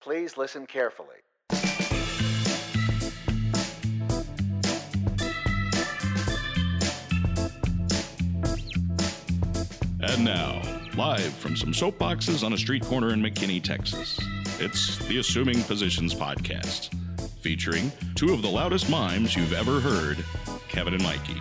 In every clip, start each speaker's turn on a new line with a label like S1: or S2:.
S1: Please listen carefully.
S2: And now, live from some soapboxes on a street corner in McKinney, Texas, it's the Assuming Positions Podcast, featuring two of the loudest mimes you've ever heard, Kevin and Mikey.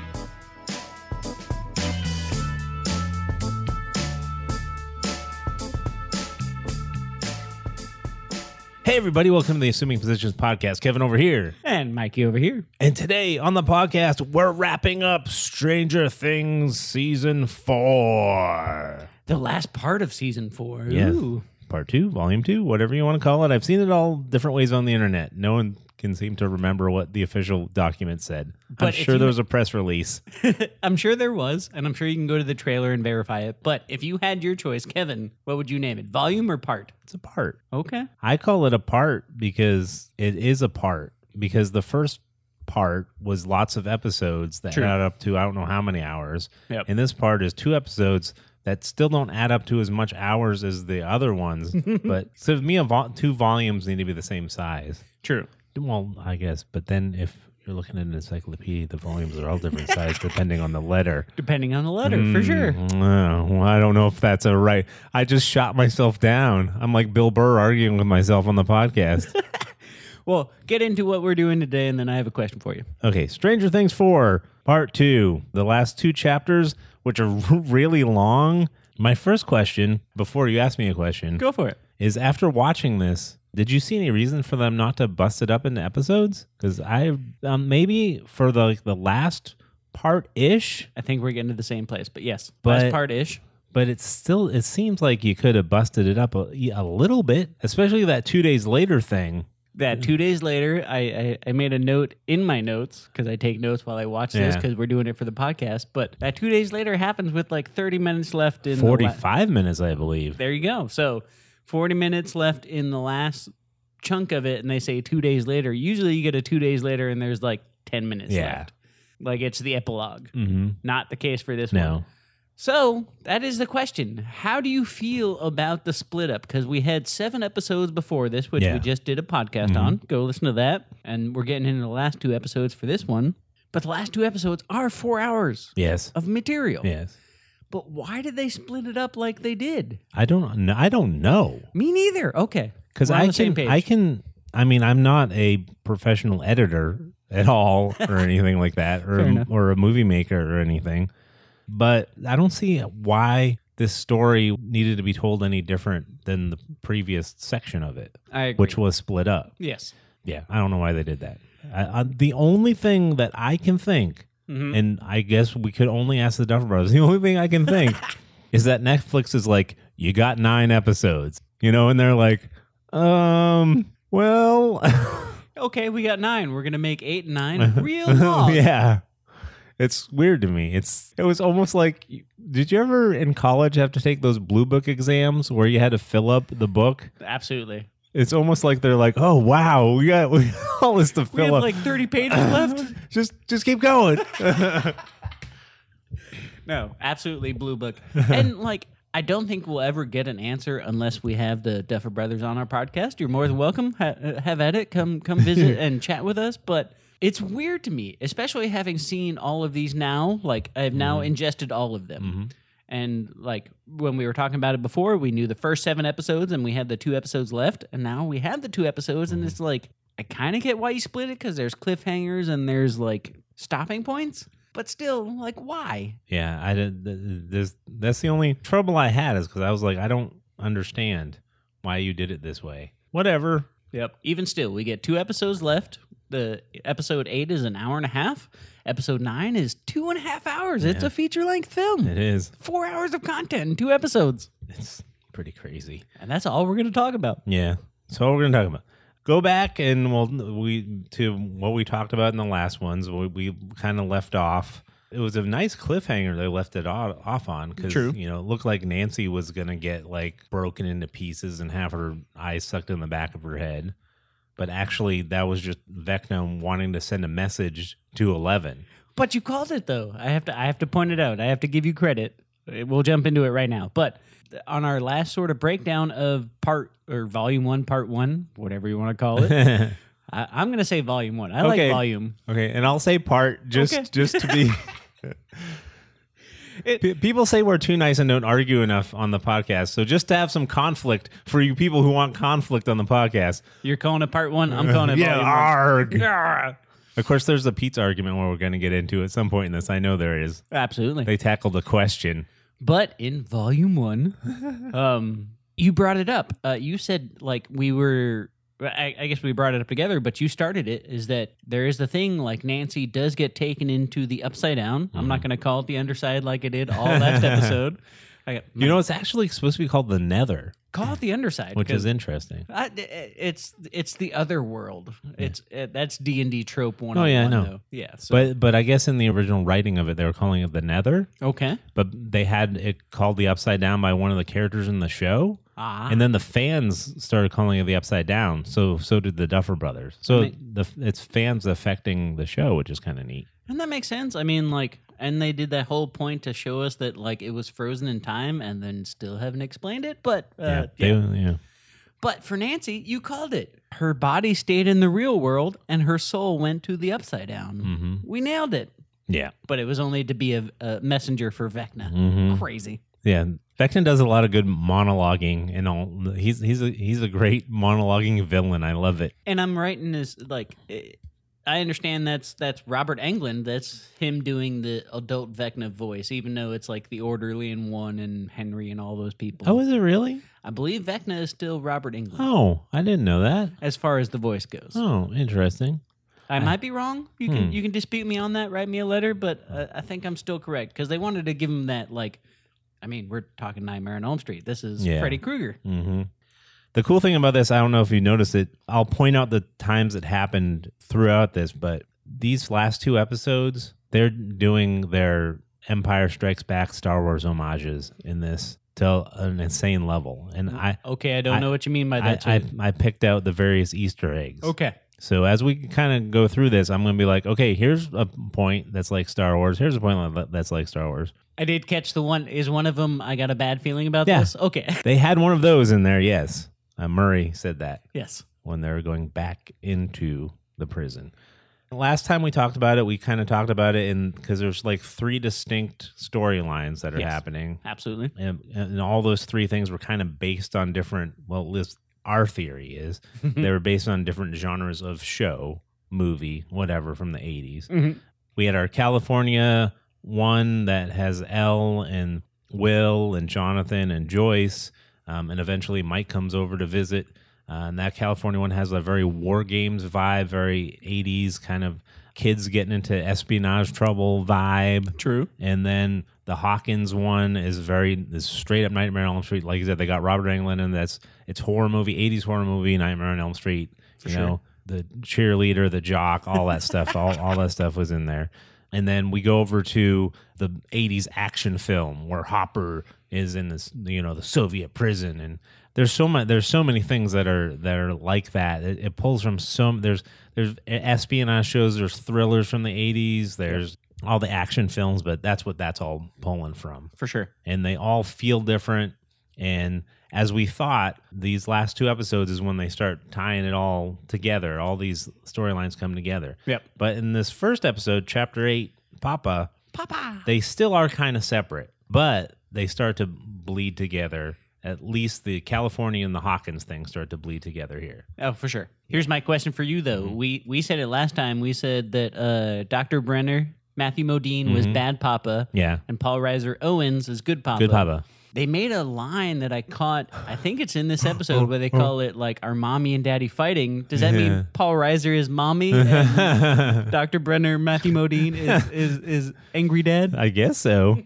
S3: Hey, everybody, welcome to the Assuming Positions Podcast. Kevin over here.
S4: And Mikey over here.
S3: And today on the podcast, we're wrapping up Stranger Things Season 4.
S4: The last part of season four. Ooh.
S3: Part 2, Volume 2, whatever you want to call it. I've seen it all different ways on the internet. No one can seem to remember what the official document said. I'm
S4: But if
S3: sure
S4: you-
S3: there was a press release.
S4: I'm sure there was, and I'm sure you can go to the trailer and verify it. But if you had your choice, Kevin, what would you name it? Volume or part?
S3: It's a part.
S4: Okay.
S3: I call it a part because it is a part because the first part was lots of episodes that
S4: True.
S3: add up to I don't know how many hours.
S4: Yep.
S3: And this part is two episodes that still don't add up to as much hours as the other ones. but so to me, a vol two volumes need to be the same size.
S4: True.
S3: Well, I guess. But then if you're looking at an encyclopedia, the volumes are all different size depending on the letter.
S4: Depending on the letter, for sure.
S3: Mm, well, I don't know if that's a right. I just shot myself down. I'm like Bill Burr arguing with myself on the podcast.
S4: Well, get into what we're doing today, and then I have a question for you.
S3: Okay, Stranger Things 4, part 2. The last two chapters, which are really long. My first question, before you ask me a question,
S4: Go for it.
S3: is after watching this, did you see any reason for them not to bust it up into episodes? Because I um, maybe for the like, the last part ish,
S4: I think we're getting to the same place, but yes,
S3: But-
S4: last part ish.
S3: but it's still it seems like you could have busted it up a, a little bit, especially that two days later thing.
S4: That two days later, I, I, I made a note in my notes because I take notes while I watch this
S3: Yeah.
S4: because we're doing it for the podcast. But that two days later happens with like 30 minutes left in the la-
S3: Forty five minutes, I believe.
S4: There you go. So 40 minutes left in the last chunk of it, and they say two days later. Usually you get a two days later, and there's like 10 minutes
S3: Yeah.
S4: left. Like it's the epilogue.
S3: Mm-hmm.
S4: Not the case for this one.
S3: No,
S4: So that is the question. How do you feel about the split up? Because we had seven episodes before this, which
S3: Yeah. Mm-hmm.
S4: we just did a podcast on. Go listen to that. And we're getting into the last two episodes for this one. But the last two episodes are four hours
S3: yes,
S4: of material.
S3: yes.
S4: But why did they split it up like they did?
S3: I don't. kn- I don't know.
S4: Me neither. Okay.
S3: because
S4: We're on
S3: I
S4: the
S3: can,
S4: same page.
S3: I can, I mean, I'm not a professional editor at all or anything like that, or
S4: Fair
S3: a,
S4: enough.
S3: or a movie maker or anything. But I don't see why this story needed to be told any different than the previous section of it,
S4: I agree.
S3: which was split up.
S4: yes.
S3: Yeah, I don't know why they did that. I, I, the only thing that I can think,
S4: Mm-hmm.
S3: and I guess we could only ask the Duffer Brothers. The only thing I can think is that Netflix is like, you got nine episodes, you know, and they're like, um, well,
S4: Okay, we got nine. We're gonna make eight and nine real long.
S3: Uh-huh. yeah. It's weird to me. It's it was almost like did you ever in college have to take those blue book exams where you had to fill up the book?
S4: Absolutely.
S3: It's almost like they're like, "Oh wow, we got we got all this to
S4: We
S3: fill
S4: have
S3: up."
S4: like thirty pages left.
S3: just just keep going. Mm-hmm.
S4: No, absolutely blue book.
S3: Uh-huh.
S4: and like, I don't think we'll ever get an answer unless we have the Duffer Brothers on our podcast. You're more than welcome. Ha- uh, have at it. Come come visit and chat with us. But it's weird to me, especially having seen all of these now. Like, I've now
S3: Mm-hmm.
S4: ingested all of them. And like when we were talking about it before, we knew the first seven episodes and we had the two episodes left. And now we have the two episodes. And it's like, I kind of get why you split it because there's cliffhangers and there's like stopping points. But still, like, why?
S3: yeah, I did. th- th- There's that's the only trouble I had is because I was like, I don't understand why you did it this way. Whatever.
S4: Yep. Even still, we get two episodes left. The episode eight is an hour and a half. Episode nine is two and a half hours. It's a feature length film.
S3: It is.
S4: Four hours of content in two episodes.
S3: It's pretty crazy.
S4: And that's all we're going to talk about.
S3: Yeah. So what we're gonna talk about. Go back and we'll we to what we talked about in the last ones. We, we kind of left off. It was a nice cliffhanger they left it o- off on because
S4: True.
S3: you know it looked like Nancy was gonna get like broken into pieces and have her eyes sucked in the back of her head, but actually that was just Vecna wanting to send a message to Eleven.
S4: But you called it though. I have to I have to point it out. I have to give you credit. Uh, We'll jump into it right now. But on our last sort of breakdown of part or volume one, part one, whatever you want to call it. I, I'm gonna say volume one. I
S3: Okay.
S4: like volume.
S3: Okay, and I'll say part just
S4: Okay.
S3: just to be.
S4: It-
S3: Pe- people say we're too nice and don't argue enough on the podcast. So just to have some conflict for you people who want conflict on the podcast,
S4: You're calling it part one. I'm calling it
S3: yeah,
S4: volume one.
S3: arg. Of course, there's the pizza argument where we're going to get into at some point in this. I know there is.
S4: Absolutely.
S3: They tackled the question.
S4: But in volume one, um, you brought it up. Uh, you said like we were. I, I guess we brought it up together, but you started it. Is that there is the thing like Nancy does get taken into the upside down. I'm
S3: Mm-hmm.
S4: not going to call it the underside like I did all last episode. I got,
S3: You know, it's actually supposed to be called the Nether,
S4: call it the underside,
S3: which
S4: 'cause
S3: is interesting.
S4: I, it's it's the other world. It's uh that's D and D trope one.
S3: Oh, yeah, I know.
S4: Though. Yeah. So,
S3: But but I guess in the original writing of it, they were calling it the Nether,
S4: okay.
S3: but they had it called the Upside Down by one of the characters in the show.
S4: Ah.
S3: and then the fans started calling it the upside down so so did the duffer brothers so the it's fans affecting the show which is kind of neat
S4: And that makes sense. I mean, like, and they did that whole point to show us that like it was frozen in time, and then still haven't explained it. But uh, yeah,
S3: They- yeah.
S4: but for Nancy, you called it. Her body stayed in the real world, and her soul went to the upside down.
S3: Mhm.
S4: We nailed it.
S3: yeah
S4: But it was only to be a, a messenger for Vecna.
S3: Mhm.
S4: Crazy.
S3: yeah Beckton does a lot of good monologuing and all he's he's a he's a great monologuing villain i love it
S4: And I'm writing this like. eh, I understand that's that's Robert Englund. That's him doing the adult Vecna voice, even though it's like the orderly and one and Henry and all those people.
S3: oh is it really
S4: I believe Vecna is still Robert Englund
S3: oh i didn't know that
S4: as far as the voice goes.
S3: oh interesting
S4: I might be wrong. You can
S3: Hmm.
S4: you can dispute me on that. Write me a letter, but uh, I think I'm still correct because they wanted to give him that like. I mean, we're talking Nightmare on Elm Street. This is
S3: Yeah.
S4: Freddy Krueger.
S3: hmm The cool thing about this, I don't know if you noticed it. I'll point out the times it happened throughout this, but these last two episodes, they're doing their Empire Strikes Back Star Wars homages in this to an insane level, and I.
S4: Okay, Mm-hmm. I don't
S3: I-
S4: know what you mean by
S3: I,
S4: that.
S3: I,
S4: too.
S3: I picked out the various Easter eggs.
S4: okay,
S3: So as we kind of go through this, I'm going to be like, okay, here's a point that's like Star Wars. Here's a point like- that's like Star Wars.
S4: I did catch the one. Is one of them? I got a bad feeling about
S3: Yeah.
S4: this. Okay,
S3: They had one of those in there. Yes, uh, Murray said that.
S4: yes,
S3: when they're going back into the prison. Last time we talked about it, we kind of talked about it in because there's like three distinct storylines that are
S4: Yes.
S3: happening,
S4: absolutely.
S3: and, and all those three things were kind of based on different. Well, at least our theory is they were based on different genres of show, movie, whatever from the '80s.
S4: Mhm.
S3: We had our California one that has Elle and Will and Jonathan and Joyce, um, and eventually Mike comes over to visit. Uh, and that California one has a very war games vibe, very 80s kind of kids getting into espionage trouble vibe.
S4: True.
S3: And then the Hawkins one is very is straight up Nightmare on Elm Street. Like you said, they got Robert Englund, and that's it's horror movie, eighties horror movie, Nightmare on Elm Street. you know, the cheerleader, the jock, all that stuff. All all that stuff was in there. And then we go over to the eighties action film where Hopper is in this you know the Soviet prison and. There's so much. There's so many things that are that are like that. It, it pulls from some. There's there's espionage shows. There's thrillers from the '80s. There's all the action films, but that's what that's all pulling from.
S4: For sure.
S3: And they all feel different. And as we thought, these last two episodes is when they start tying it all together. All these storylines come together.
S4: Yep.
S3: But in this first episode, chapter eight, Papa,
S4: Papa.
S3: they still are kind of separate, but they start to bleed together. At least the California and the Hawkins thing start to bleed together here.
S4: Oh, for sure. Here's my question for you though.
S3: Mm-hmm.
S4: We we said it last time. We said that uh, Dr. Brenner, Matthew Modine was bad Papa,
S3: Mm-hmm. Yeah.
S4: and Paul Reiser Owens is good Papa.
S3: Good Papa.
S4: They made a line that I caught. I think it's in this episode where they call it like our mommy and daddy fighting. Does that
S3: Yeah.
S4: mean Paul Reiser is mommy and Dr. Brenner, Matthew Modine is, is is angry dad?
S3: I guess so.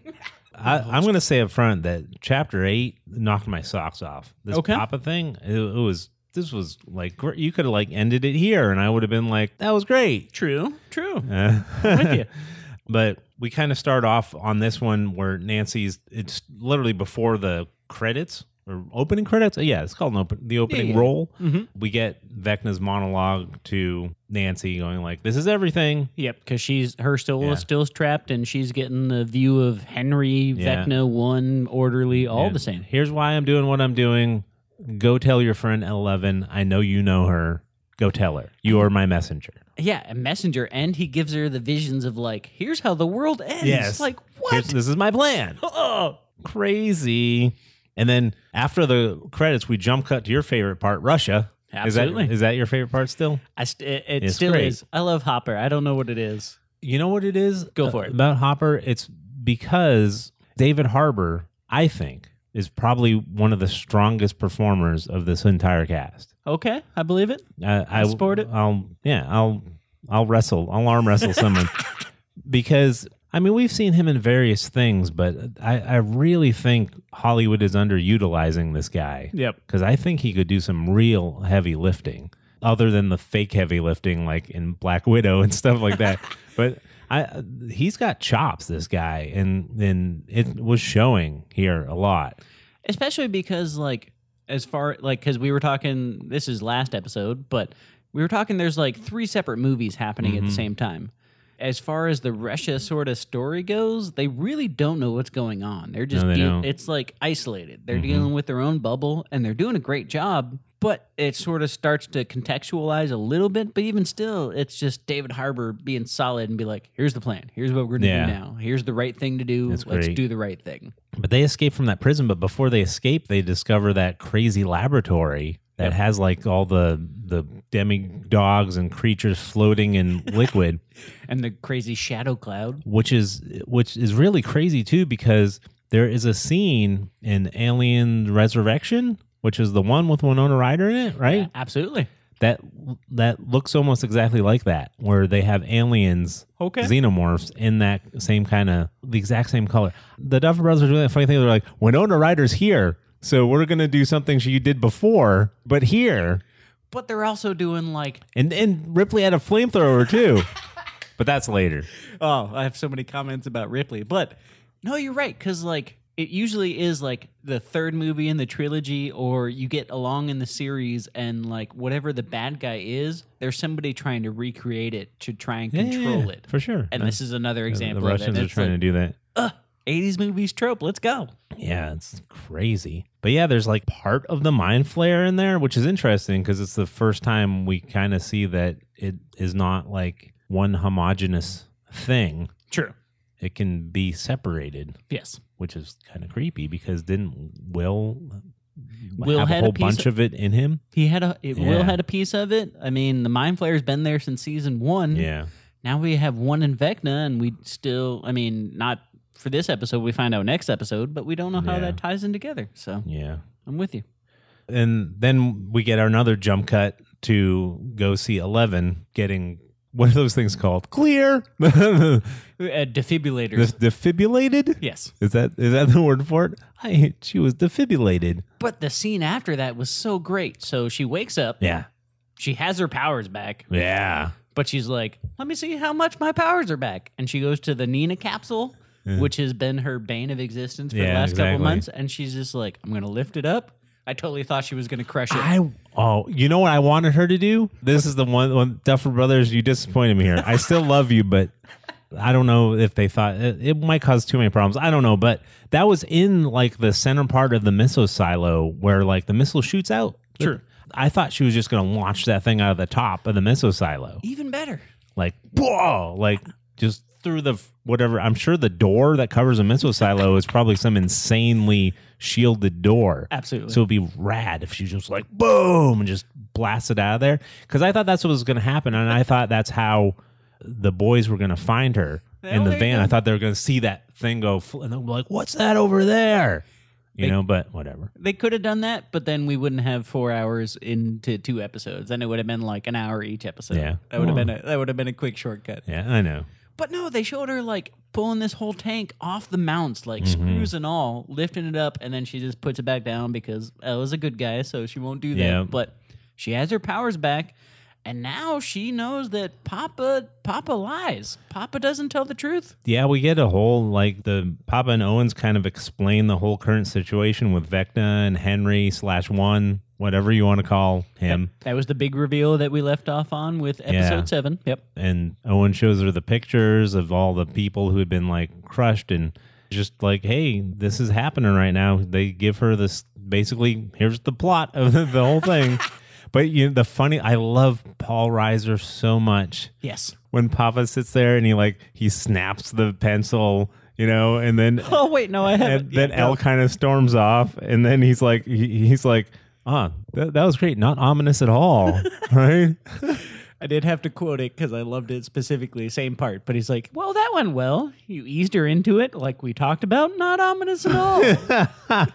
S3: I, I'm going to say up front that chapter eight knocked my socks off. This
S4: Okay.
S3: Papa thing, it, it was this was like gr- you could have like ended it here, and I would have been like, that was great.
S4: True. True.
S3: with
S4: you.
S3: But we kind of start off on this one where Nancy's. It's literally before the credits or opening credits. Uh, Yeah, it's called an open the opening
S4: yeah.
S3: roll.
S4: Mhm.
S3: We get Vecna's monologue to Nancy going like, "This is everything."
S4: Yep, because she's her still
S3: Yeah.
S4: still is trapped, and she's getting the view of Henry
S3: Yeah.
S4: Vecna one orderly, all
S3: And
S4: the same.
S3: Here's why I'm doing what I'm doing. Go tell your friend Eleven. I know you know her. Go tell her. You are my messenger.
S4: Yeah, a messenger, and he gives her the visions of like, here's how the world ends.
S3: Yes.
S4: like
S3: Here's-
S4: what?
S3: this is my plan.
S4: Oh,
S3: Crazy. And then after the credits, we jump cut to your favorite part, Russia. Is that,
S4: Absolutely.
S3: is that your favorite part still?
S4: I st- it, it
S3: It's
S4: still
S3: great.
S4: is. I love Hopper. I don't know what it is.
S3: You know what it is? Uh,
S4: Go for it.
S3: About Hopper, it's because David Harbour, I think, is probably one of the strongest performers of this entire cast.
S4: Okay, I believe it.
S3: I, I
S4: support it.
S3: I'll yeah, I'll I'll wrestle. I'll arm wrestle someone because I mean we've seen him in various things, but I, I really think Hollywood is underutilizing this guy
S4: Yep.
S3: because I think he could do some real heavy lifting, other than the fake heavy lifting like in Black Widow and stuff like that. but I he's got chops, this guy, and and it was showing here a lot.
S4: especially because like as far like because we were talking this is last episode but we were talking there's like three separate movies happening
S3: Mm-hmm.
S4: at the same time as far as the russia sort of story goes they really don't know what's going on they're just
S3: No, they
S4: deal-
S3: don't. Mm-hmm.
S4: it's like isolated they're dealing with their own bubble and they're doing a great job but it sort of starts to contextualize a little bit but even still it's just david harbour being solid and be like here's the plan here's what we're gonna
S3: Yeah.
S4: do now here's the right thing to do
S3: That's
S4: let's
S3: great.
S4: do the right thing
S3: But they escape from that prison. But before they escape, they discover that crazy laboratory that
S4: Yep.
S3: has like all the the demi dogs and creatures floating in liquid,
S4: and the crazy shadow cloud
S3: which is which is really crazy too because there is a scene in Alien Resurrection, which is the one with Winona Ryder in it, right?
S4: Yeah, absolutely.
S3: That that looks almost exactly like that, where they have aliens
S4: Okay.
S3: xenomorphs in that same kind of the exact same color. The Duffer Brothers are doing that funny thing. They're like, Winona Ryder's here, so we're gonna do something she did before, but here.
S4: but they're also doing like,
S3: And and Ripley had a flamethrower too, but that's later.
S4: oh, I have so many comments about Ripley. But no, you're right. Cause like, it usually is like the third movie in the trilogy, or you get along in the series, and like whatever the bad guy is, there's somebody trying to recreate it to try and control it.
S3: for sure.
S4: And this is another example
S3: the
S4: of
S3: Russians
S4: it.
S3: are
S4: It's
S3: trying to
S4: like,
S3: do that.
S4: "Ugh, 80s movies trope. Let's go.
S3: Yeah, it's crazy. But yeah, there's like part of the mind flare in there, which is interesting because it's the first time we kind of see that it is not like one homogenous thing.
S4: True.
S3: It can be separated,
S4: Yes.
S3: which is kind of creepy because didn't Will
S4: Will
S3: have
S4: had
S3: a
S4: a
S3: whole
S4: piece
S3: bunch of it in him?
S4: He had a it, Will
S3: Yeah.
S4: had a piece of it. I mean, the Mind Flayer's been there since season one.
S3: Yeah.
S4: now we have one in Vecna, and we still, I mean, not for this episode, we find out next episode, but we don't know how
S3: Yeah.
S4: that ties in together. So
S3: Yeah.
S4: I'm with you.
S3: and then we get another jump cut to go see Eleven getting what are those things called? Clear, the
S4: Uh, defibrillator.
S3: defibrillated.
S4: yes.
S3: Is that is that the word for it? I she was defibrillated.
S4: But the scene after that was so great. So she wakes up,
S3: Yeah.
S4: she has her powers back,
S3: Yeah.
S4: but she's like, let me see how much my powers are back. And she goes to the Nina capsule. Which has been her bane of existence for the
S3: Yeah,
S4: last couple
S3: exactly.
S4: months, and she's just like, "I'm gonna lift it up." I totally thought she was gonna crush it.
S3: I oh, you know what I wanted her to do? This is the one, one Duffer Brothers, you disappointed me here. I still love you, but I don't know if they thought it, it might cause too many problems. I don't know, but that was in like the center part of the missile silo where like the missile shoots out.
S4: Sure.
S3: I thought she was just gonna launch that thing out of the top of the missile silo.
S4: Even better.
S3: Like whoa, like just through the f- whatever. I'm sure the door that covers a missile silo is probably some insanely shielded door.
S4: Absolutely.
S3: So it'd be rad if she just like boom and just blasted out of there. Because I thought that's what was going to happen, and I thought that's how the boys were going to find her in
S4: Well,
S3: the
S4: there you
S3: van.
S4: go.
S3: I thought they were going to see that thing go, fl- and they'll be like, "What's that over there?" You
S4: They-
S3: know, but whatever.
S4: They could have done that, but then we wouldn't have four hours into two episodes. Then it would have been like an hour each episode.
S3: Yeah.
S4: that would have
S3: Well.
S4: been a that would have been a quick shortcut.
S3: Yeah, I know.
S4: But no, they showed her like pulling this whole tank off the mounts, like
S3: Mm-hmm.
S4: screws and all, lifting it up, and then she just puts it back down because Ella's a good guy, so she won't do that.
S3: Yeah.
S4: But she has her powers back, and now she knows that Papa Papa lies. Papa doesn't tell the truth.
S3: Yeah, we get a whole like the Papa and Owens kind of explain the whole current situation with Vecna and Henry slash one, whatever you want to call him.
S4: That was the big reveal that we left off on with episode
S3: Yeah.
S4: seven. Yep.
S3: And Owen shows her the pictures of all the people who had been like crushed and just like, hey, this is happening right now. They give her this basically here's the plot of the whole thing. but you the funny I love Paul Reiser so much.
S4: Yes.
S3: when Papa sits there and he like he snaps the pencil, you know, and then
S4: Oh wait, no, I haven't.
S3: and then L kind of storms off, and then he's like he, he's like ah that, that was great, not ominous at all, right?
S4: I did have to quote it because I loved it specifically, same part. But he's like, "Well, that went well. You eased her into it, like we talked about. Not ominous at all."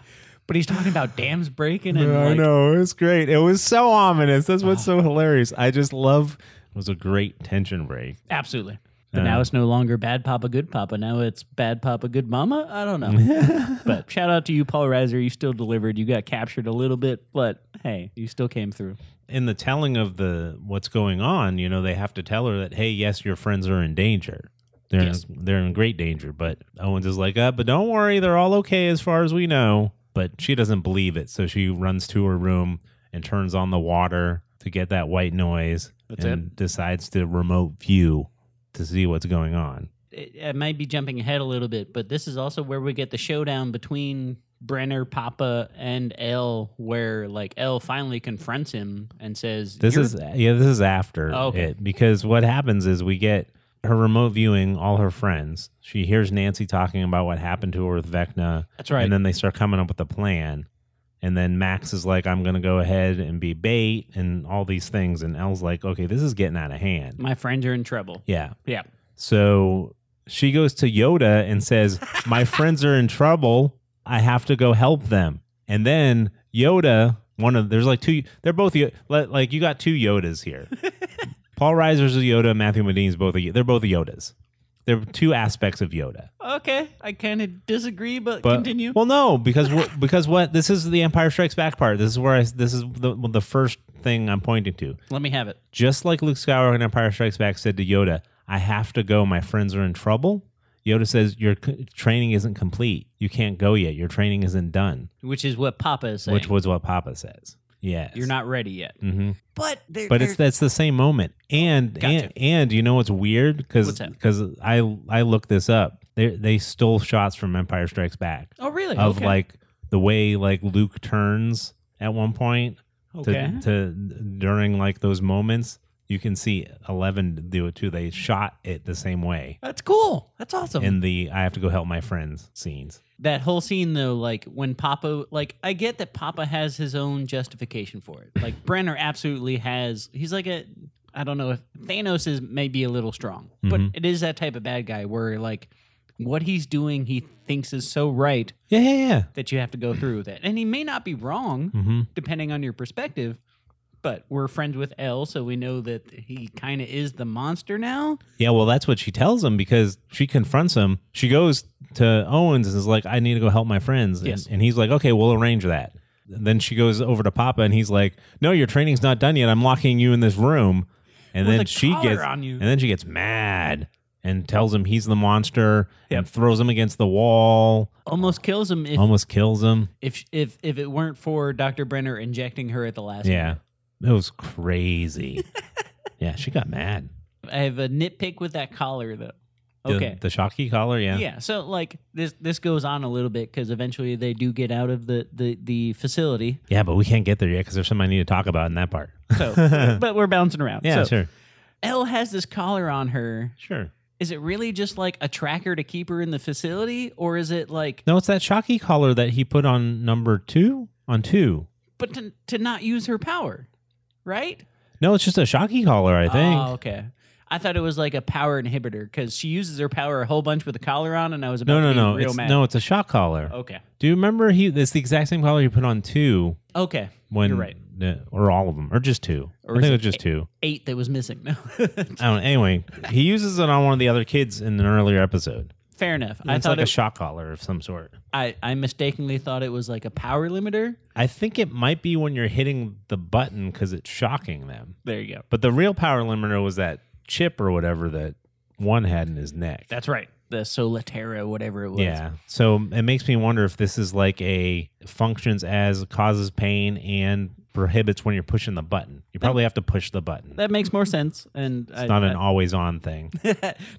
S4: but he's talking about dams breaking and
S3: I
S4: like,
S3: know it was great. It was so ominous. That's what's so hilarious. I just love. It was a great tension break.
S4: absolutely. But now it's no longer bad papa, good papa. Now it's bad papa, good mama. I don't know. but shout out to you, Paul Reiser. You still delivered. You got captured a little bit, but hey, you still came through.
S3: In the telling of the what's going on, you know, they have to tell her that hey, yes, your friends are in danger. They're
S4: Yes.
S3: in, they're in great danger, but Owens is like, uh, but don't worry, they're all okay as far as we know. But she doesn't believe it, so she runs to her room and turns on the water to get that white noise,
S4: That's
S3: and decides to remote view to see what's going on.
S4: it, I might be jumping ahead a little bit, but this is also where we get the showdown between Brenner, Papa, and L, where like L finally confronts him and says,
S3: This
S4: "You're-
S3: is yeah, this is after
S4: Oh, okay.
S3: it because what happens is we get her remote viewing all her friends. She hears Nancy talking about what happened to her with Vecna.
S4: That's right.
S3: And then they start coming up with a plan. And then Max is like, I'm gonna go ahead and be bait and all these things. And Elle's like, Okay, this is getting out of hand.
S4: my friends are in trouble."
S3: yeah.
S4: Yeah,
S3: So she goes to Yoda and says, My friends are in trouble. I have to go help them. And then Yoda, one of there's like two, they're both Yo- li- like you got two Yodas here. Paul Reiser's a Yoda, Matthew Modine's both a, they're both Yodas. They're two aspects of Yoda.
S4: okay, I kind of disagree, but,
S3: But
S4: continue.
S3: Well, no, because wh- because what this is the Empire Strikes Back part. This is where I this is the the first thing I'm pointing to
S4: Let me have it.
S3: just like Luke Skywalker in Empire Strikes Back said to Yoda, I have to go. My friends are in trouble. Yoda says, Your c- training isn't complete. You can't go yet. Your training isn't done,
S4: Which is what Papa is saying.
S3: which was what Papa says. Yes.
S4: You're not ready yet.
S3: hmm
S4: But they're,
S3: But it's that's the same moment. And and, and you know what's weird? Because
S4: What's that?
S3: I, I looked this up. They, they stole shots from Empire Strikes Back
S4: oh really
S3: of
S4: okay.
S3: like the way like Luke turns at one point to,
S4: okay.
S3: to during like those moments you can see 11 do it too they shot it the same way
S4: that's cool. That's awesome.
S3: in the i have to go help my friends scenes
S4: that whole scene though like when papa like i get that papa has his own justification for it like brenner absolutely has he's like a i don't know if thanos is maybe a little strong but
S3: Mhm.
S4: it is that type of bad guy where like what he's doing he thinks is so right
S3: yeah yeah yeah
S4: that you have to go through with it and he may not be wrong
S3: mm-hmm.
S4: depending on your perspective but we're friends with l so we know that he kind of is the monster now
S3: yeah well that's what she tells him because she confronts him she goes to owens and is like i need to go help my friends and,
S4: Yes.
S3: and he's like okay we'll arrange that then she goes over to papa and he's like no your training's not done yet i'm locking you in this room and
S4: With
S3: then
S4: a
S3: she
S4: collar
S3: gets
S4: on you
S3: And then she gets mad and tells him he's the monster
S4: Yep.
S3: and throws him against the wall,
S4: almost kills him if
S3: almost kills him.
S4: if if if it weren't for Dr. Brenner injecting her at the last
S3: Yeah. It was crazy. yeah, she got mad.
S4: minute. I have a nitpick with that collar though.
S3: The-
S4: Okay.
S3: The, Shockey collar, yeah.
S4: yeah. so like this this goes on a little bit cuz eventually they do get out of the the the facility.
S3: Yeah, but we can't get there yet because there's something I need to talk about in that part.
S4: So but we're bouncing around.
S3: Yeah,
S4: so,
S3: sure.
S4: Elle has this collar on her.
S3: Sure.
S4: Is it really just like a tracker to keep her in the facility or is it like
S3: No, it's that Shockey collar that he put on number two? On two.
S4: but to, to not use her power? Right?
S3: No, it's just a Shockey collar, I think.
S4: Oh, okay. I thought it was like a power inhibitor because she uses her power a whole bunch with the collar on, and I was about
S3: no, no,
S4: to be
S3: no.
S4: real
S3: It's,
S4: mad.
S3: no, it's a shock collar.
S4: Okay.
S3: Do you remember he? It's the exact same collar he put on two
S4: Okay.
S3: when
S4: You're right.
S3: the- or all of them, or just two.
S4: Or
S3: I
S4: is
S3: think it
S4: it
S3: was just two.
S4: Eight that was missing. No.
S3: I don't. Anyway, he uses it on one of the other kids in an earlier episode.
S4: Fair enough. I
S3: It's
S4: thought
S3: like a
S4: it,
S3: shock collar of some sort.
S4: I, I mistakenly thought it was like a power limiter.
S3: I think it might be when you're hitting the button because it's shocking them.
S4: There you go.
S3: But the real power limiter was that chip or whatever that one had in his neck.
S4: That's right. The Solitaire, whatever it was.
S3: yeah. So it makes me wonder if this is like a functions as causes pain and prohibits when you're pushing the button. You probably have to push the button.
S4: That makes more sense. And I,
S3: It's not an always on thing.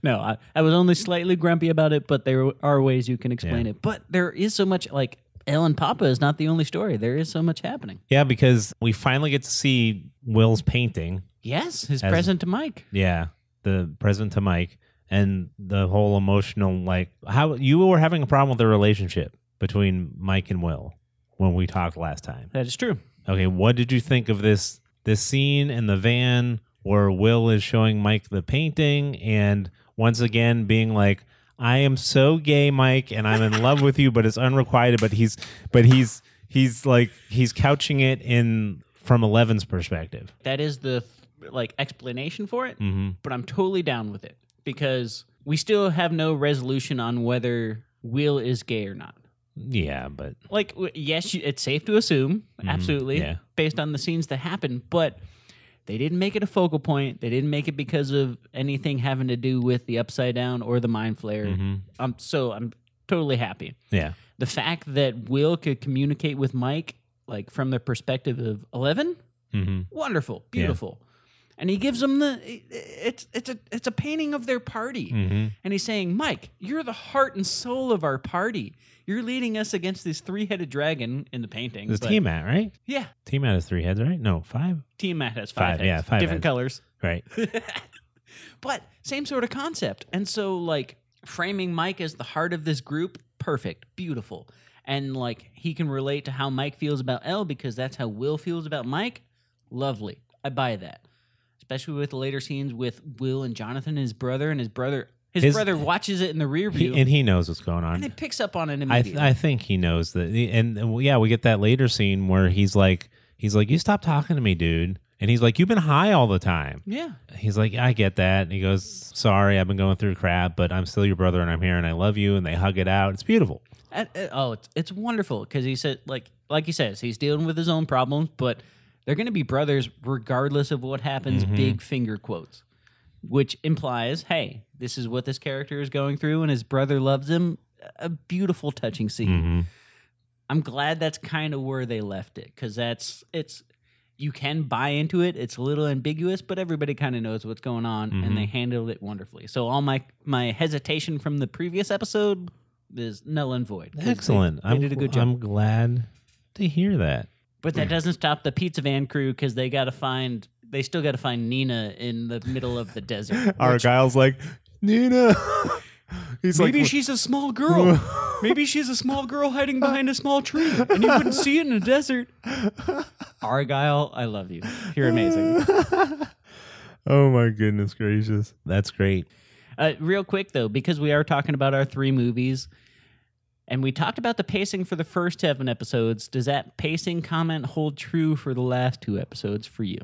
S4: no, I, I was only slightly grumpy about it, but there are ways you can explain it. But there is so much like Ellen Papa is not the only story. There is so much happening.
S3: yeah, because we finally get to see Will's painting.
S4: Yes, his
S3: As-
S4: present to Mike.
S3: Yeah, the present to Mike and the whole emotional like how you were having a problem with the relationship between Mike and Will when we talked last time.
S4: That is true.
S3: Okay, what did you think of this this scene in the van where Will is showing Mike the painting and once again being like I am so gay, Mike, and I'm in love with you, but it's unrequited, but he's but he's he's like he's couching it in from Eleven's perspective.
S4: That is the like explanation for it.
S3: Mhm.
S4: But I'm totally down with it because we still have no resolution on whether Will is gay or not.
S3: Yeah, but
S4: like w- yes you, it's safe to assume absolutely
S3: yeah.
S4: based on the scenes that happened but they didn't make it a focal point they didn't make it because of anything having to do with the upside down or the mind flare
S3: Mm-hmm.
S4: um, so i'm totally happy
S3: yeah.
S4: the fact that will could communicate with mike like from the perspective of 11
S3: Mm-hmm.
S4: wonderful beautiful and he gives him the it- it's it's a it's a painting of their party
S3: Mm-hmm.
S4: and he's saying, Mike, you're the heart and soul of our party. You're leading us against this three headed dragon in the painting.
S3: It's
S4: but-
S3: Tiamat, right?
S4: Yeah.
S3: Tiamat has three heads, right? No, five.
S4: Team Matt has
S3: Five,
S4: five, heads,
S3: yeah, five
S4: different
S3: heads.
S4: colors.
S3: Right.
S4: But same sort of concept. And so, like, framing Mike as the heart of this group, perfect, beautiful. And, like, he can relate to how Mike feels about L because that's how Will feels about Mike. Lovely. I buy that. Especially with the later scenes with Will and Jonathan, his brother, and his brother. His,
S3: His-
S4: brother watches it in the rear view.
S3: He, and he knows what's going
S4: and
S3: on.
S4: it picks up on it
S3: I,
S4: immediately.
S3: th- I think he knows that. And uh, yeah, we get that later scene where he's like, he's like, you stop talking to me, dude. And he's like, you've been high all the time.
S4: yeah.
S3: He's like, I get that. And he goes, sorry, I've been going through crap, but I'm still your brother and I'm here and I love you. And they hug it out. It's beautiful.
S4: And- and- oh, it's, it's wonderful because he said, like, like he says, he's dealing with his own problems, but they're going to be brothers regardless of what happens. Big finger quotes, which implies, hey, this is what this character is going through, and his brother loves him. A beautiful, touching scene. I'm glad that's kind of where they left it because that's it's you can buy into it. It's a little ambiguous, but everybody kind of knows what's going on, and
S3: Mm-hmm.
S4: they handled it wonderfully. So all my my hesitation from the previous episode is null and void. 'cause they-
S3: Excellent.
S4: they
S3: I'm,
S4: did a good job.
S3: I'm glad to hear that.
S4: but that doesn't stop the pizza van crew because they got to find they still got to find Nina in the middle of the desert. which-
S3: Argyle's like, Nina. he's
S4: Maybe she's a small girl. Maybe she's a small girl hiding behind a small tree, and you wouldn't see it in a desert. Argyle, I love you. You're amazing.
S3: oh my goodness gracious. That's great.
S4: Uh, real quick though, because we are talking about our three movies, and we talked about the pacing for the first seven episodes. Does that pacing comment hold true for the last two episodes for you?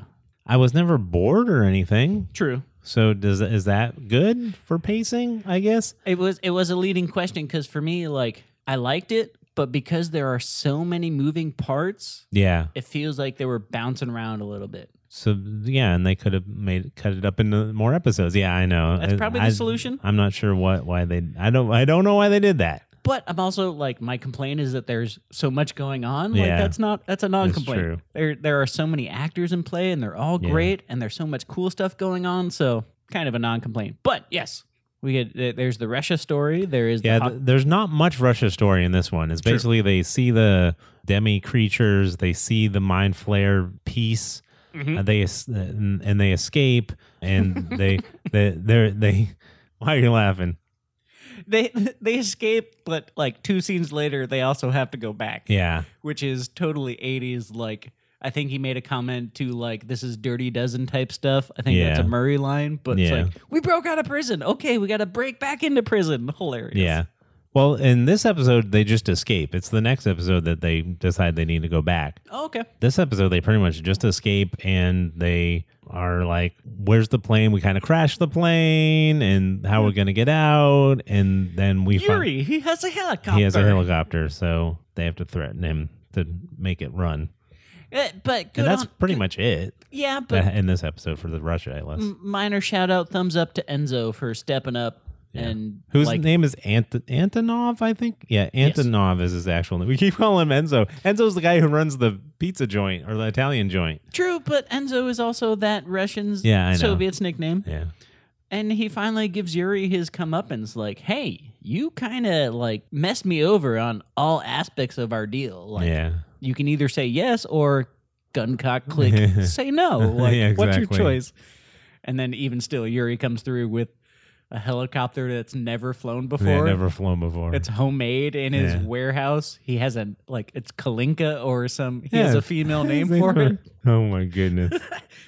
S3: I was never bored or anything.
S4: True.
S3: So does is that good for pacing? I guess.
S4: It was it was a leading question because for me, like I liked it, but because there are so many moving parts,
S3: Yeah.
S4: it feels like they were bouncing around a little bit.
S3: So yeah, and they could have made cut it up into more episodes. Yeah, I know.
S4: That's
S3: I-
S4: probably the
S3: I-
S4: solution.
S3: I'm not sure what why they. I don't. I don't know why they did that.
S4: But I'm also like my complaint is that there's so much going on. Like
S3: Yeah.
S4: that's not that's a non-complaint.
S3: true.
S4: There there are so many actors in play and they're all
S3: Yeah.
S4: great and there's so much cool stuff going on. So kind of a non-complaint. But yes, we get there- there's the Russia story. There is
S3: Yeah,
S4: the
S3: th- there's not much Russia story in this one. It's basically they see the demi creatures, they see the mind flare piece,
S4: Hmm.
S3: uh, they es- and, and they escape, and they they they they. Why are you laughing?
S4: they they escape, but like two scenes later they also have to go back,
S3: Yeah,
S4: which is totally 80s. Like I think he made a comment to like this is Dirty Dozen type stuff. I think that's
S3: Yeah.
S4: a Murray line, but
S3: Yeah.
S4: it's like we broke out of prison. Okay, we got to break back into prison. Hilarious.
S3: yeah. Well, in this episode, they just escape. It's the next episode that they decide they need to go back.
S4: Oh, okay.
S3: This episode, they pretty much just escape and they are like, "Where's the plane? We kind of crashed the plane, and how we're gonna get out?" And then we find
S4: Yuri, he has a helicopter.
S3: he has a helicopter, so they have to threaten him to make it run.
S4: Eh, but good
S3: and that's
S4: on-
S3: pretty much it uh,
S4: yeah, but Mm,
S3: in this episode for the Russia ALS.
S4: m- minor shout out, thumbs up to Enzo for stepping up and
S3: Whose
S4: like,
S3: name is Ant- Antonov, I think. Yeah, Antonov is his actual name. We keep calling him Enzo. Enzo's the guy who runs the pizza joint or the Italian joint.
S4: True, but Enzo is also that Russian's
S3: Yeah, I know.
S4: Soviet's nickname.
S3: Yeah.
S4: And he finally gives Yuri his comeuppance like, hey, you kind of like messed me over on all aspects of our deal. Like,
S3: yeah.
S4: you can either say yes or guncock click say no. Like,
S3: Yeah,
S4: what's your
S3: exactly.
S4: choice? And then even still, Yuri comes through with a helicopter that's never flown before.
S3: Yeah, never flown before.
S4: It's homemade in his
S3: Yeah.
S4: warehouse. He has a like it's Kalinka or some. He has
S3: Yeah.
S4: a female name for it.
S3: Oh my goodness.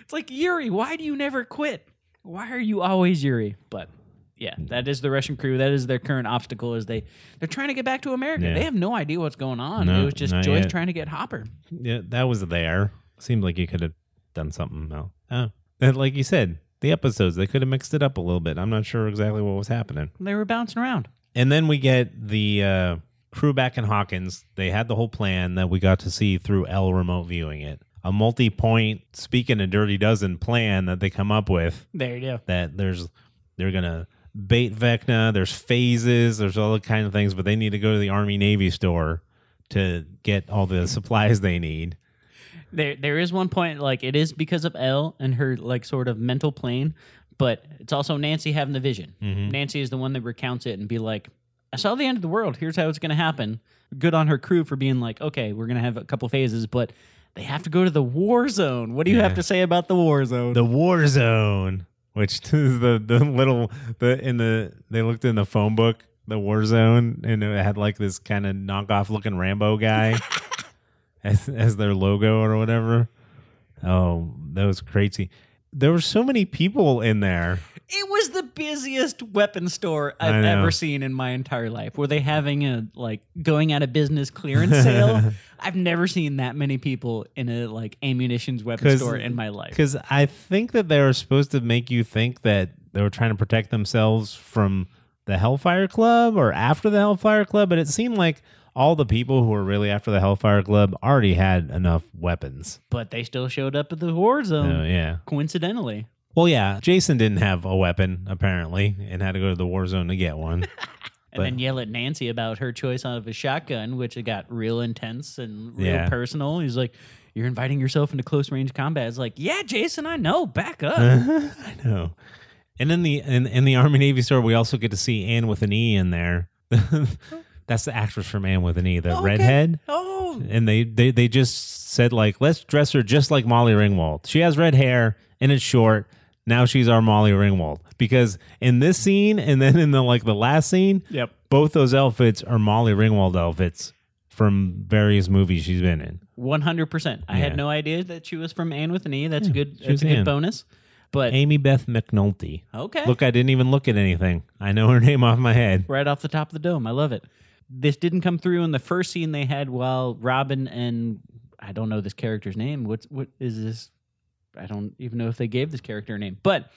S4: It's like Yuri. Why do you never quit? Why are you always Yuri? But yeah, that is the Russian crew. That is their current obstacle. Is they they're trying to get back to America.
S3: Yeah.
S4: They have no idea what's going on.
S3: No,
S4: it was just
S3: not
S4: Joyce
S3: yet.
S4: trying to get Hopper.
S3: yeah, that was there. Seemed like you could have done something else. Oh. And like you said, the episodes, they could have mixed it up a little bit. I'm not sure exactly what was happening.
S4: They were bouncing around.
S3: And then we get the uh, crew back in Hawkins. They had the whole plan that we got to see through L remote viewing it. A multi point, speaking a dirty dozen plan that they come up with
S4: There you go.
S3: that there's, they're going to bait Vecna, there's phases, there's all the kind of things, but they need to go to the Army Navy store to get all the supplies they need.
S4: There there is one point like it is because of Elle and her like sort of mental plane, but it's also Nancy having the vision.
S3: Mhm.
S4: Nancy is the one that recounts it and be like, I saw the end of the world. Here's how it's going to happen. Good on her crew for being like, okay, we're going to have a couple phases, but they have to go to the war zone. What do you
S3: Yeah.
S4: have to say about the war zone?
S3: the war zone which is the the little the in the they looked in the phone book the war zone and it had like this kind of knockoff looking rambo guy as, as their logo or whatever oh that was crazy there were so many people in there
S4: it was the busiest weapon store
S3: I
S4: I've
S3: know.
S4: ever seen in my entire life. Were they having a like going out of business clearance sale? I've never seen that many people in a like ammunitions weapon
S3: 'Cause-
S4: store in my life.
S3: because i think that they were supposed to make you think that they were trying to protect themselves from the hellfire club or after the hellfire club but it seemed like all the people who were really after the hellfire club already had enough weapons
S4: But they still showed up at the war zone.
S3: Oh yeah.
S4: Coincidentally,
S3: Well, yeah. Jason didn't have a weapon apparently, and had to go to the war zone to get one.
S4: and
S3: But-
S4: then yell at Nancy about her choice out of a shotgun, which it got real intense and real
S3: Yeah.
S4: personal. He's like, "You're inviting yourself into close range combat." It's like, "Yeah, Jason, I know. Back up."
S3: I know. And in the in, in the Army Navy store, we also get to see Anne with an E in there. That's the actress from Anne with an E, the
S4: Okay.
S3: redhead.
S4: oh,
S3: And they, they they just said like, let's dress her just like Molly Ringwald. She has red hair and it's short. Now she's our Molly Ringwald because in this scene and then in the like the last scene,
S4: yep.
S3: both those outfits are Molly Ringwald outfits from various movies she's been in.
S4: One hundred percent. I had
S3: Yeah.
S4: no idea that she was from Anne with an E. That's a good.
S3: was
S4: That's a good
S3: Anne.
S4: bonus. But
S3: Amy Beth McNulty.
S4: okay,
S3: Look, I didn't even look at anything. I know her name off my head.
S4: right off the top of the dome, I love it. This didn't come through in the first scene they had while Robin and I don't know this character's name. What's what is this? I don't even know if they gave this character a name. But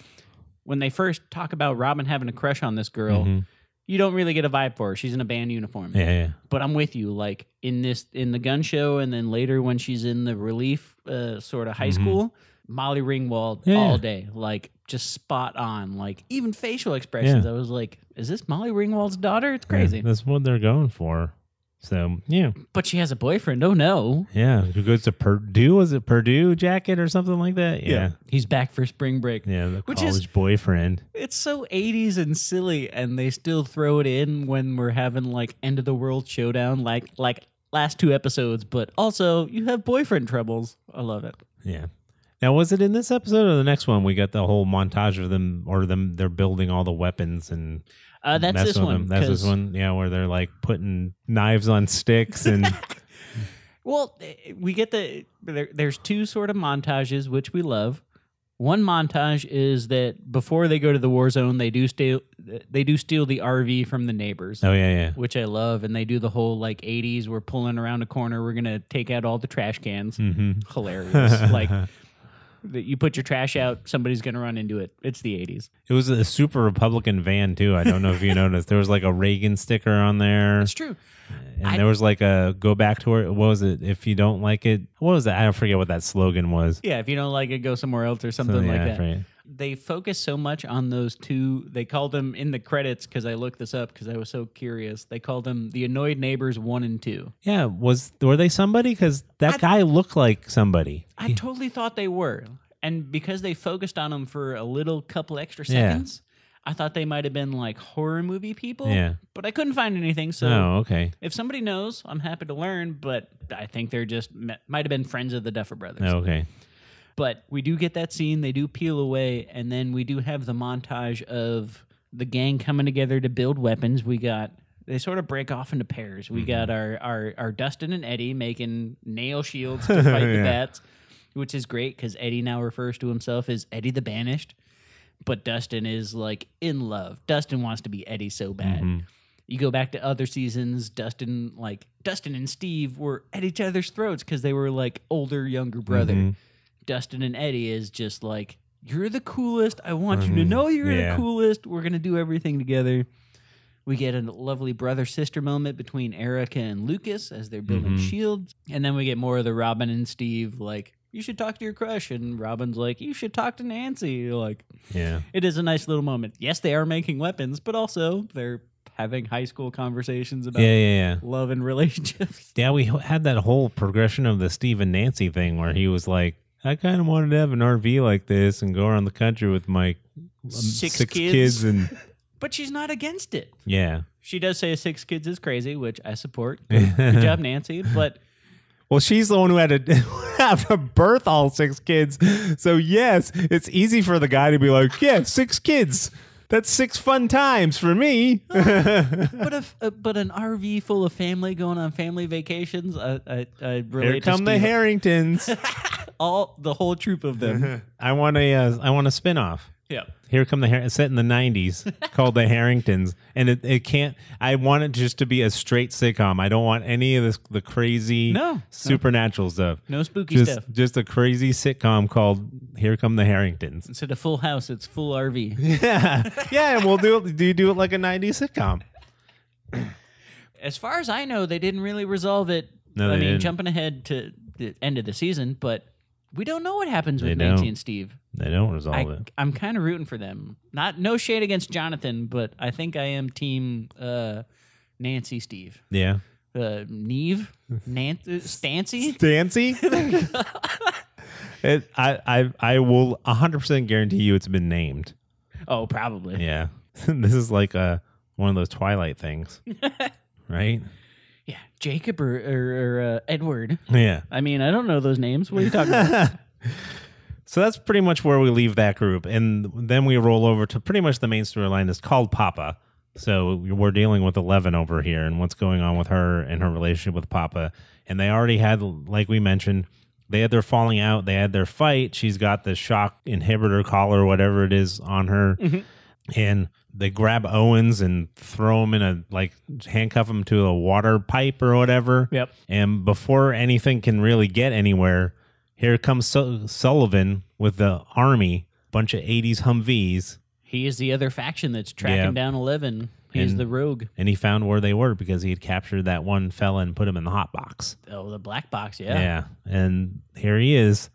S4: when they first talk about Robin having a crush on this girl,
S3: Mhm.
S4: you don't really get a vibe for her. She's in a band uniform.
S3: Yeah, yeah.
S4: but I'm with you. Like in this, in the gun show, and then later when she's in the relief uh, sort of high
S3: Mhm.
S4: school, Molly Ringwald
S3: Yeah.
S4: all day, like just spot on. Like even facial expressions,
S3: Yeah.
S4: I was like, "Is this Molly Ringwald's daughter?" It's
S3: Yeah,
S4: crazy.
S3: that's what they're going for. So yeah,
S4: But she has a boyfriend. Oh no,
S3: yeah. Who goes to Purdue? Was it Purdue jacket or something like that? Yeah,
S4: he's back for spring break.
S3: yeah. the
S4: Which
S3: college
S4: is-
S3: boyfriend.
S4: It's so 80s and silly, and they still throw it in when we're having like end of the world showdown, like like last two episodes. But also, you have boyfriend troubles. I love it.
S3: Yeah. Now was it in this episode or the next one? We got the whole montage of them or them. They're building all the weapons and
S4: Uh, that's
S3: messing
S4: this
S3: with
S4: one.
S3: them. That's this
S4: 'cause-
S3: one. Yeah, where they're like putting knives on sticks and
S4: Well, eh, we get the there, there's two sort of montages which we love. One montage is that before they go to the war zone, they do steal they do steal the RV from the neighbors,
S3: oh yeah, yeah.
S4: which I love, and they do the whole like '80s. We're
S3: Mm.
S4: pulling around a corner. We're gonna take out all the trash cans.
S3: Mm-hmm.
S4: Hilarious! like that you put your trash out, somebody's going to run into it. It's the 80s.
S3: It was a super Republican van too. I don't know if you noticed. There was like a Reagan sticker on there,
S4: It's true.
S3: and
S4: I-
S3: there was like a "Go back to where." What was it? If you don't like it, what was that? I forget what that slogan was.
S4: Yeah, if you don't like it, go somewhere else or something
S3: Something,
S4: like
S3: yeah, I
S4: that.
S3: forget.
S4: They focus so much on those two. They call them in the credits because I looked this up because I was so curious. They call them the annoyed neighbors one and two.
S3: Yeah, was were they somebody? Because that guy looked like somebody.
S4: I totally thought they were, and because they focused on them for a little couple extra
S3: Yeah.
S4: seconds, I thought they might have been like horror movie people.
S3: Yeah.
S4: but I couldn't find anything. So
S3: Oh, okay.
S4: if somebody knows, I'm happy to learn. But I think they're just might have been friends of the Duffer Brothers.
S3: Oh, okay.
S4: But we do get that scene. They do peel away, and then we do have the montage of the gang coming together to build weapons. We got they sort of break off into pairs. We got our our our Dustin and Eddie making nail shields to fight the
S3: Yeah.
S4: bats, which is great because Eddie now refers to himself as Eddie the Banished. But Dustin is like in love. Dustin wants to be Eddie so bad. You go back to other seasons, Dustin like Dustin and Steve were at each other's throats because they were like older, younger brother.
S3: Mhm.
S4: Dustin and Eddie is just like, you're the coolest. I want you to know you're
S3: Mm-hmm. yeah.
S4: the coolest. We're going to do everything together. We get a lovely brother sister moment between Erica and Lucas as they're building
S3: Mhm.
S4: shields. And then we get more of the Robin and Steve, like, you should talk to your crush. And Robin's like, you should talk to Nancy. Like,
S3: Yeah.
S4: it is a nice little moment. Yes, they are making weapons, but also they're having high school conversations about
S3: Yeah, yeah, yeah.
S4: love and relationships.
S3: Yeah, we h- had that whole progression of the Steve and Nancy thing where he was like, I kind of wanted to have an RV like this and go around the country with my um,
S4: Six
S3: kids.
S4: kids.
S3: and
S4: but she's not against it.
S3: yeah.
S4: She does say six kids is crazy, which I support. Good, good job, Nancy. But
S3: Well, she's the one who had to have to birth all six kids. So yes, it's easy for the guy to be like, yeah, six kids. That's six fun times for me.
S4: Oh, but if uh, but an RV full of family going on family vacations, I I, I relate
S3: Here come
S4: to
S3: the
S4: Steve.
S3: Harringtons.
S4: all the whole troop of them.
S3: I want a uh, I want a spinoff.
S4: yeah,
S3: Here come the Har- it's set in the '90s, called the Harringtons, and it, it can't. I want it just to be a straight sitcom. I don't want any of this the crazy
S4: No.
S3: supernatural stuff.
S4: no spooky
S3: just
S4: stuff.
S3: just a crazy sitcom called Here Come the Harringtons.
S4: Instead of full house, it's full RV.
S3: Yeah, yeah, and we'll do it. Do you do it like a '90s sitcom?
S4: As far as I know, they didn't really resolve it.
S3: No,
S4: I
S3: they
S4: mean,
S3: didn't.
S4: jumping ahead to the end of the season, but we don't know what happens
S3: They
S4: with
S3: don't.
S4: Nancy and Steve.
S3: They don't resolve
S4: I,
S3: it.
S4: I'm kind of rooting for them. Not no shade against Jonathan, but I think I am team uh, Nancy Steve.
S3: Yeah,
S4: uh, Neve, Nancy, Stancy.
S3: Dancy. it, I I I will 100 percent guarantee you it's been named.
S4: Oh, probably. Yeah.
S3: Yeah, this is like a one of those Twilight things, right?
S4: Jacob or, or, or uh, Edward.
S3: Yeah.
S4: I mean, I don't know those names. What are you talking about?
S3: So that's pretty much where we leave that group. And then we roll over to pretty much the main storyline that's called Papa. So we're dealing with Eleven over here and what's going on with her and her relationship with Papa. And they already had, like we mentioned, they had their falling out, they had their fight. She's got the shock inhibitor collar, whatever it is, on her. And they grab Owens and throw him in a, like, handcuff him to a water pipe or whatever.
S4: Yep.
S3: And before anything can really get anywhere, here comes Su- Sullivan with the army, bunch of 80s Humvees,
S4: He is the other faction that's tracking
S3: Yeah.
S4: down Eleven. He's
S3: And-
S4: the rogue.
S3: and he found where they were because he had captured that one fella and put him in the hot box.
S4: Oh, the black box. Yeah.
S3: And here he is.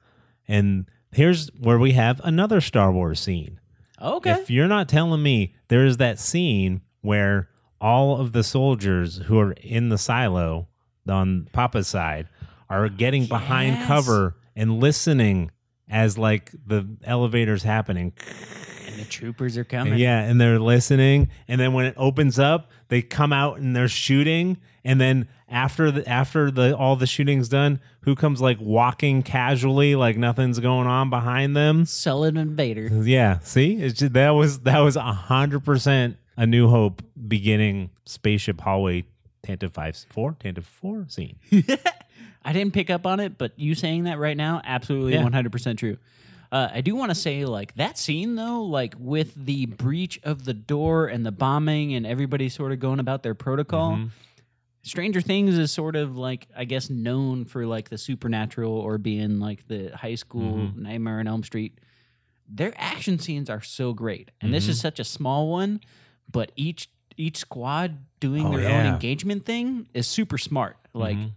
S3: And here's where we have another Star Wars scene.
S4: Okay.
S3: If you're not telling me there is that scene where all of the soldiers who are in the silo on Papa's side are getting behind
S4: Yes.
S3: cover and listening as like the elevator's happening.
S4: and the troopers are coming.
S3: Yeah, and they're listening and then when it opens up, they come out and they're shooting and then after the after the all the shooting's done, who comes like walking casually like nothing's going on behind them?
S4: Sullen and Vader.
S3: Yeah, see, it's just, that was that was a hundred percent a New Hope beginning spaceship hallway Tantive five four Tantive four scene.
S4: I didn't pick up on it, but you saying that right now, absolutely
S3: Yeah.
S4: 100% true. Uh, I do want to say, like, that scene, though, like, with the
S3: Mm-hmm.
S4: breach of the door and the bombing and everybody sort of going about their protocol, Stranger Things is sort of like I guess known for like the supernatural or being like the high school
S3: Mhm.
S4: Nightmare on Elm Street. Their action scenes are so great, and this
S3: Mhm.
S4: is such a small one, but each each squad doing
S3: Oh,
S4: their own
S3: yeah.
S4: engagement thing is super smart, like
S3: Mhm.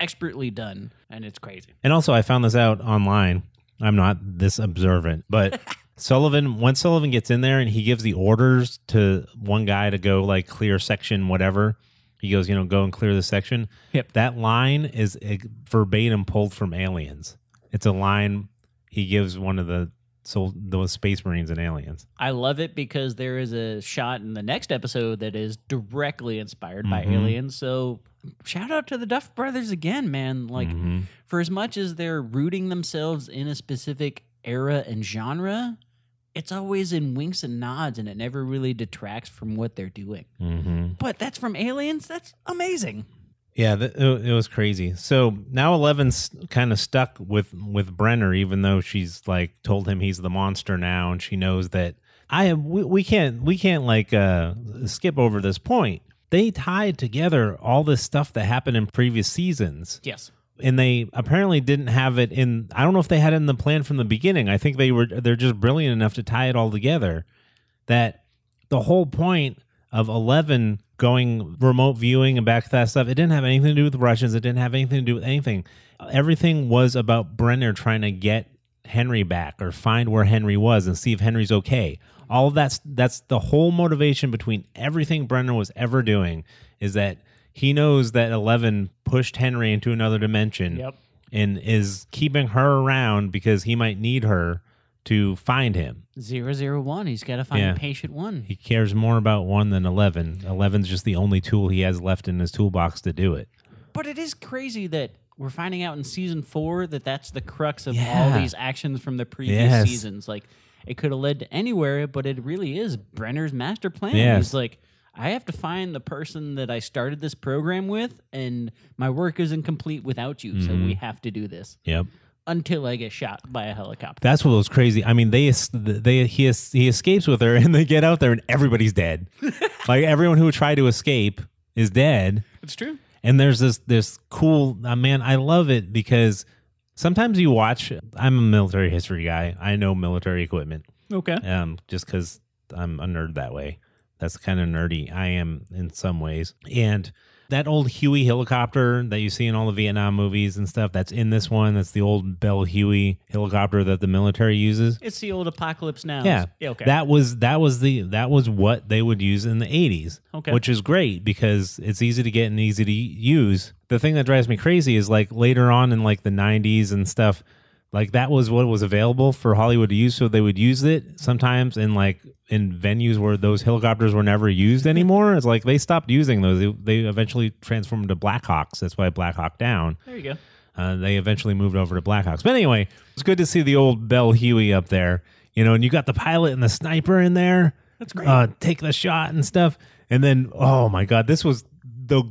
S4: expertly done, Mm-hmm. and it's crazy.
S3: And also, I found this out online. I'm not this observant, but Sullivan, once Sullivan gets in there and he gives the orders to one guy to go like clear section, whatever, he goes, you know, go and clear the section.
S4: Yep.
S3: That line is eh, verbatim pulled from Aliens. It's a line he gives one of the so those Space Marines and Aliens.
S4: I love it because there is a shot in the next episode that is directly inspired by
S3: Mhm.
S4: aliens. So shout out to the Duff brothers again, man. Like
S3: Mhm.
S4: for as much as they're rooting themselves in a specific era and genre, it's always in winks and nods and it never really detracts from what they're doing.
S3: Mhm.
S4: But that's from aliens. That's amazing.
S3: Yeah, th- it it was crazy. So now Eleven's kind of stuck with with Brenner, even though she's like told him he's the monster now, and she knows that I am. We, we can't we can't like uh, skip over this point. They tied together all this stuff that happened in previous seasons,
S4: Yes.
S3: and they apparently didn't have it in. I don't know if they had it in the plan from the beginning. I think they were they're just brilliant enough to tie it all together. That the whole point of Eleven going remote viewing and back to that stuff, it didn't have anything to do with Russians. It didn't have anything to do with anything. Everything was about Brenner trying to get Henry back or find where Henry was and see if Henry's okay. All of that's that's the whole motivation between everything Brenner was ever doing is that he knows that Eleven pushed Henry into another dimension and is keeping her around because he might need her to find him.
S4: Zero zero one. He's got to find
S3: Yeah.
S4: patient one.
S3: He cares more about one than 11. 11's just the only tool he has left in his toolbox to do it.
S4: But it is crazy that we're finding out in season four that that's the crux of all
S3: Yeah.
S4: these actions from the previous
S3: Yes.
S4: seasons. Like, it could have led to anywhere, but it really is Brenner's master plan.
S3: Yes.
S4: He's like, I have to find the person that I started this program with, and my work is incomplete without you. So
S3: Mhm.
S4: we have to do this
S3: Yep.
S4: until I get shot by a helicopter.
S3: That's what was crazy. I mean, they es- they he es- he escapes with her and they get out there and everybody's dead. like everyone who tried to escape is dead.
S4: It's true.
S3: And there's this this cool uh, man. I love it because sometimes you watch. I'm a military history guy. I know military equipment.
S4: Okay.
S3: um, just because I'm a nerd that way. That's kind of nerdy I am in some ways. And that old Huey helicopter that you see in all the Vietnam movies and stuff, that's in this one. That's the old Bell Huey helicopter that the military uses.
S4: It's the old apocalypse now.
S3: Yeah.
S4: okay.
S3: That was that was the that was what they would use in the 80s.
S4: Okay.
S3: Which is great because it's easy to get and easy to use. The thing that drives me crazy is like later on in like the 90s and stuff, like that was what was available for Hollywood to use so they would use it sometimes in like in venues where those helicopters were never used anymore. It's like they stopped using those. They, they eventually transformed to Blackhawks. That's why Black Hawk Down.
S4: there you go.
S3: Uh, they eventually moved over to Blackhawks. But anyway, it's good to see the old Bell Huey up there, you know, and you got the pilot and the sniper in there. That's great. Uh, take the shot and stuff. And then, oh my God, this was the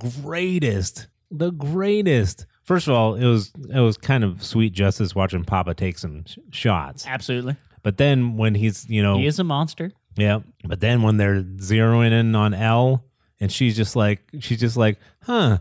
S3: greatest, the greatest. First of all, it was it was kind of sweet justice watching Papa take some sh- shots.
S4: Absolutely.
S3: But then when he's, you know,
S4: He is a monster.
S3: yeah. But then when they're zeroing in on L, and she's just like, she's just like, huh,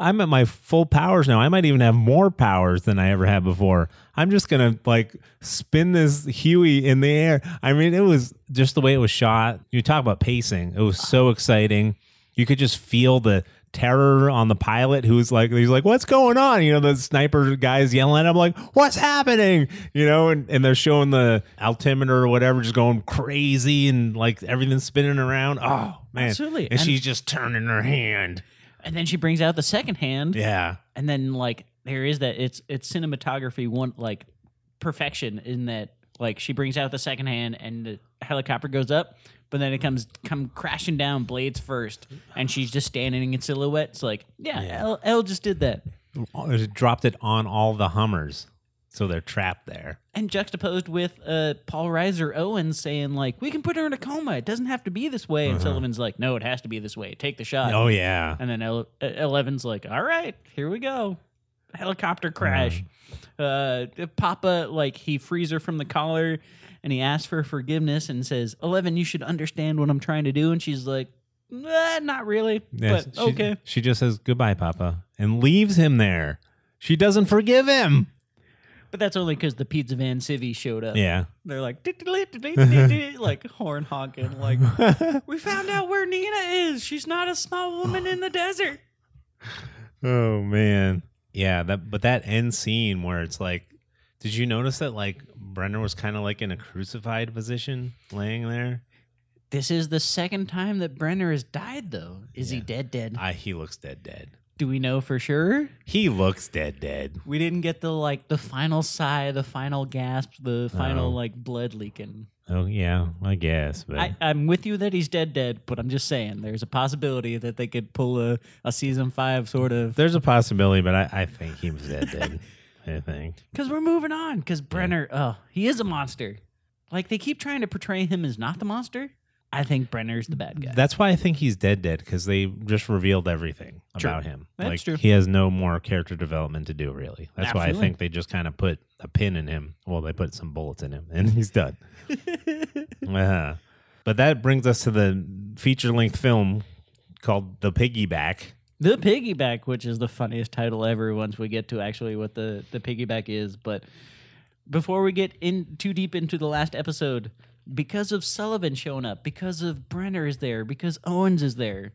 S3: I'm at my full powers now. I might even have more powers than I ever had before. I'm just gonna like spin this Huey in the air. I mean, it was just the way it was shot. You talk about pacing. It was so exciting. You could just feel the terror on the pilot who's like he's like what's going on you know the sniper guys yelling at him like what's happening you know and, and they're showing the altimeter or whatever just going crazy and like everything's spinning around oh man
S4: Absolutely.
S3: and,
S4: And-
S3: she's just turning her hand
S4: And then she brings out the second hand.
S3: yeah
S4: and then like there is that it's it's cinematography one like perfection in that like she brings out the second hand and the helicopter goes up but then it comes come crashing down blades first and she's just standing in silhouette it's like yeah,
S3: Yeah.
S4: L, L just did that
S3: it dropped it on all the hummers so they're trapped there
S4: and juxtaposed with uh, Paul Reiser Owens saying like we can put her in a coma it doesn't have to be this way and Sullivan's like no it has to be this way take the shot
S3: oh yeah
S4: And then Ele- uh, Eleven's like, "All right, here we go."
S3: Hmm.
S4: Helicopter crash. Uh, Papa like he frees her from the collar, and he asks for forgiveness and says, "Eleven, you should understand what I'm trying to do." And she's like, "Nah, not really,
S3: Yes,
S4: but
S3: she-
S4: okay.
S3: She just says goodbye, Papa, and leaves him there. She doesn't forgive him.
S4: But that's only because the pizza van civvy showed up.
S3: Yeah.
S4: They're like, "Dit-dit-dit-dit-dit-dit," like horn honking, like, we found out where Nina is. She's not a small woman in the desert.
S3: Oh man. Yeah, that but that end scene where it's like did you notice that like Brenner was kind of like in a crucified position laying there?
S4: This is the second time that Brenner has died, though. Is he
S3: Yeah.
S4: dead, dead?
S3: I he looks dead dead.
S4: Do we know for sure?
S3: He looks dead dead.
S4: We didn't get the like the final sigh, the final gasp, the final
S3: Oh.
S4: like blood leaking.
S3: Oh yeah, I guess, but
S4: I, I'm with you that he's dead, dead, but I'm just saying there's a possibility that they could pull a, a season five sort of.
S3: there's a possibility, but I, I think he was dead dead. I think.
S4: Because we're moving on. Because Brenner, oh, he is a monster. Like they keep trying to portray him as not the monster. I think Brenner's the bad guy.
S3: That's why I think he's dead dead because they just revealed everything
S4: True.
S3: about him.
S4: That's
S3: like
S4: true.
S3: he has no more character development to do really. That's why I
S4: Absolutely.
S3: think they just kind of put a pin in him. Well, they put some bullets in him and he's done. uh-huh. But that brings us to the feature length film called The Piggyback.
S4: The piggyback, which is the funniest title ever, once we get to actually what the the piggyback is. But before we get in too deep into the last episode, because of Sullivan showing up, because of Brenner is there, because Owens is there,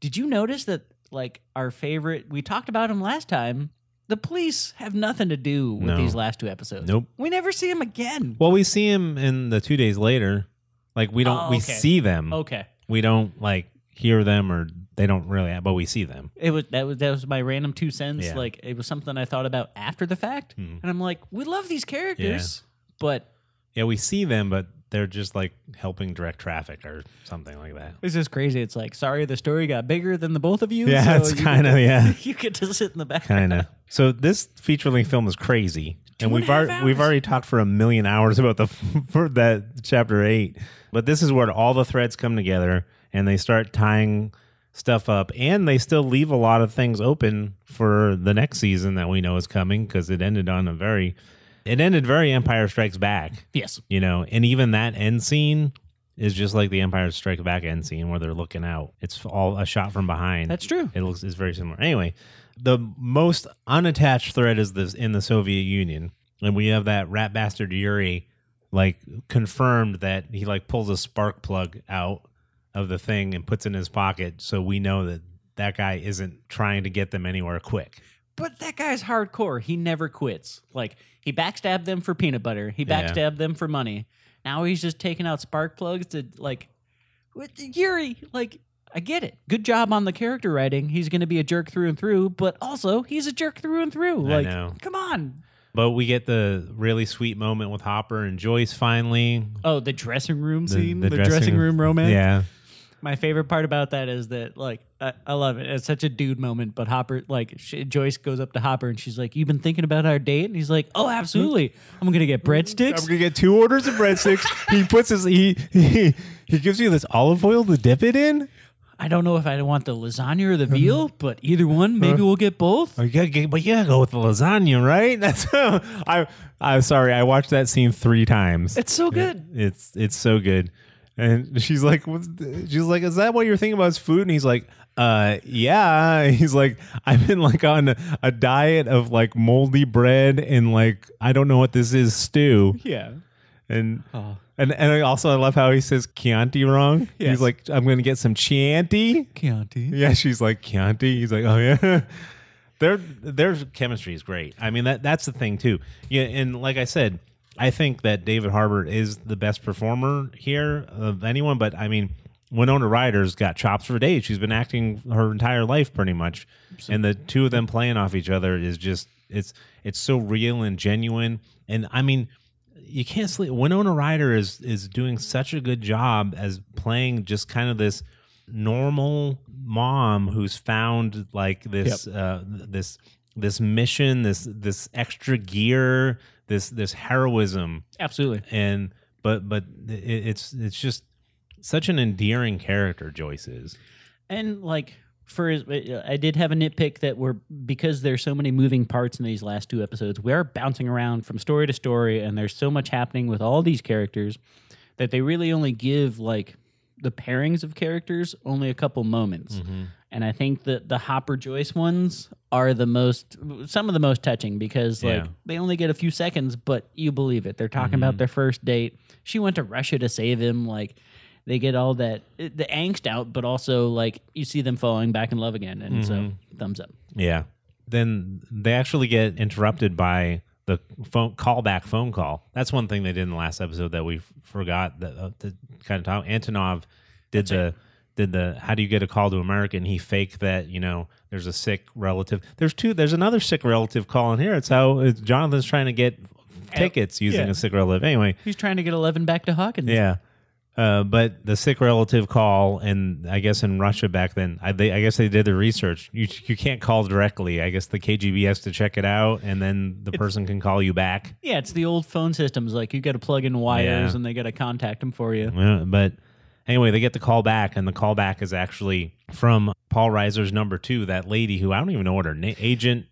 S4: did you notice that like our favorite? We talked about him last time. The police have nothing to do with
S3: No.
S4: these last two episodes.
S3: Nope.
S4: we never see him again.
S3: Well, we see him in the two days later. Like we don't,
S4: Oh,
S3: we
S4: okay.
S3: see them.
S4: Okay,
S3: We don't like hear them or they don't really, but we see them.
S4: it was that was that was my random two cents.
S3: Yeah.
S4: Like it was something I thought about after the fact,
S3: Mhm.
S4: and I'm like, we love these characters, but
S3: Yeah, we see them, but they're just like helping direct traffic or something like that.
S4: It's just crazy. It's like, sorry, the story got bigger than the both of you.
S3: Yeah,
S4: so
S3: it's
S4: you
S3: kind of
S4: get-
S3: yeah,
S4: You get to sit in the back.
S3: kind of. So this feature length film is crazy, and
S4: Two and
S3: we've
S4: a half
S3: already, we've
S4: hours.
S3: already talked for a million hours about the for that chapter eight. But this is where all the threads come together, and they start tying stuff up, and they still leave a lot of things open for the next season that we know is coming because it ended on a very, it ended very Empire Strikes Back.
S4: Yes.
S3: you know and even that end scene is just like the empire strikes back end scene where they're looking out it's all a shot from behind
S4: That's true.
S3: it looks it's very similar anyway the most unattached thread is this in the soviet union and we have that rat bastard yuri like confirmed that he like pulls a spark plug out of the thing and puts it in his pocket so we know that that guy isn't trying to get them anywhere quick
S4: But that guy's hardcore. He never quits. Like, he backstabbed them for peanut butter. He
S3: Yeah.
S4: backstabbed them for money. Now he's just taking out spark plugs to, like, with- Yuri, like, I get it. Good job on the character writing. He's going to be a jerk through and through, but also he's a jerk through and through.
S3: I
S4: Like,
S3: know.
S4: come on.
S3: but we get the really sweet moment with hopper and joyce finally
S4: Oh, the dressing room
S3: The-
S4: scene,
S3: the
S4: the,
S3: dressing-
S4: dressing, room romance.
S3: yeah
S4: My favorite part about that is that, like, I, I love it. It's such a dude moment. But Hopper, like, she, Joyce goes up to Hopper and she's like, "You've been thinking about our date?" And he's like, "Oh, absolutely. I'm gonna get
S3: I'm
S4: breadsticks."
S3: gonna get two orders of breadsticks. he puts his he, he he gives you this olive oil to dip it in.
S4: I don't know if I want the lasagna or the veal, but either one, maybe we'll get both.
S3: Oh, you gotta get, but you gotta go with the lasagna, right? That's I I'm sorry. I watched that scene three times.
S4: It's so good.
S3: It's it's so good. And she's like, what's the- she's like, is that what you're thinking about is food? And he's like, uh, yeah. He's like, I've been like on a, a diet of like moldy bread and like I don't know what this is stew.
S4: Yeah.
S3: And and and I also I love how he says Chianti wrong. He's
S4: Yes.
S3: like, I'm gonna get some Chianti.
S4: Chianti.
S3: Yeah, she's like Chianti. He's like, oh yeah. their their chemistry is great. I mean that that's the thing too. Yeah, and like I said, I think that David Harbour is the best performer here of anyone. But I mean, Winona Ryder's got chops for days. She's been acting her entire life pretty much, and the two of them playing off each other is just it's it's so real and genuine. And I mean you can't sleep. Winona Ryder is is doing such a good job as playing just kind of this normal mom who's found like this uh, this this mission, this this extra gear, this this heroism,
S4: Absolutely.
S3: and but but it, it's it's just such an endearing character. Joyce is.
S4: And like for his, I did have a nitpick that we're because there's so many moving parts in these last two episodes. We are bouncing around from story to story, and there's so much happening with all these characters that they really only give like the pairings of characters, only a couple moments. And I think that the Hopper Joyce ones are the most, some of the most touching because like
S3: Yeah.
S4: they only get a few seconds, but you believe it. They're talking
S3: Mm-hmm.
S4: about their first date. She went to Russia to save him. Like they get all that the angst out, but also like you see them falling back in love again. And so
S3: Mm-hmm.
S4: thumbs up.
S3: Yeah. Then they actually get interrupted by the phone callback phone call. That's one thing they did in the last episode that we f- forgot that uh, to kind of talk. Antonov did the did the how do you get a call to America and he faked that you know there's a sick relative. There's two. There's another sick relative calling here. It's how it's Jonathan's trying to get tickets using
S4: yeah.
S3: a sick relative. Anyway,
S4: He's trying to get Eleven back to Hawkins.
S3: yeah. Uh, but the sick relative call, and I guess in Russia back then, I, they, I guess they did the research. You you can't call directly. I guess the KGB has to check it out, and then the person can call you back.
S4: Yeah, it's the old phone systems. Like you got to plug in wires
S3: Yeah.
S4: and they got to contact them for you.
S3: Yeah, but anyway, they get the call back, and the call back is actually from Paul Reiser's number two, that lady who I don't even know what her name, agent,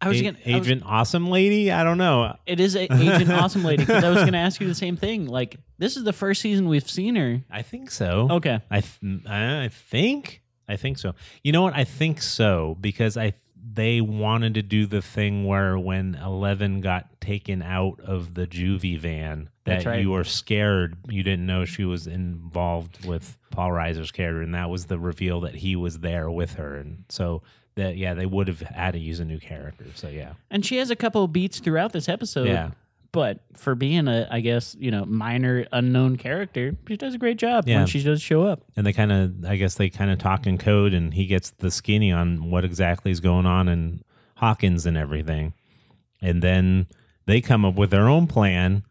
S4: I was
S3: A-
S4: gonna I was-
S3: agent, awesome lady. I don't know.
S4: it is a Agent Awesome Lady because I was going to ask you the same thing. Like this is the first season we've seen her.
S3: I think so.
S4: Okay,
S3: I th- mm, I think I think so. You know what? I think so because I they wanted to do the thing where when Eleven got taken out of the juvie van, that
S4: That's right.
S3: you were scared. You didn't know she was involved with Paul Reiser's character, and that was the reveal that he was there with her. And so that yeah, they would have had to use a new character. So yeah,
S4: and she has a couple of beats throughout this episode.
S3: Yeah.
S4: But for being a, I guess you know, minor unknown character, she does a great job
S3: Yeah.
S4: when she does show up.
S3: and they kind of i guess they kind of talk in code and he gets the skinny on what exactly is going on in hawkins and everything and then they come up with their own plan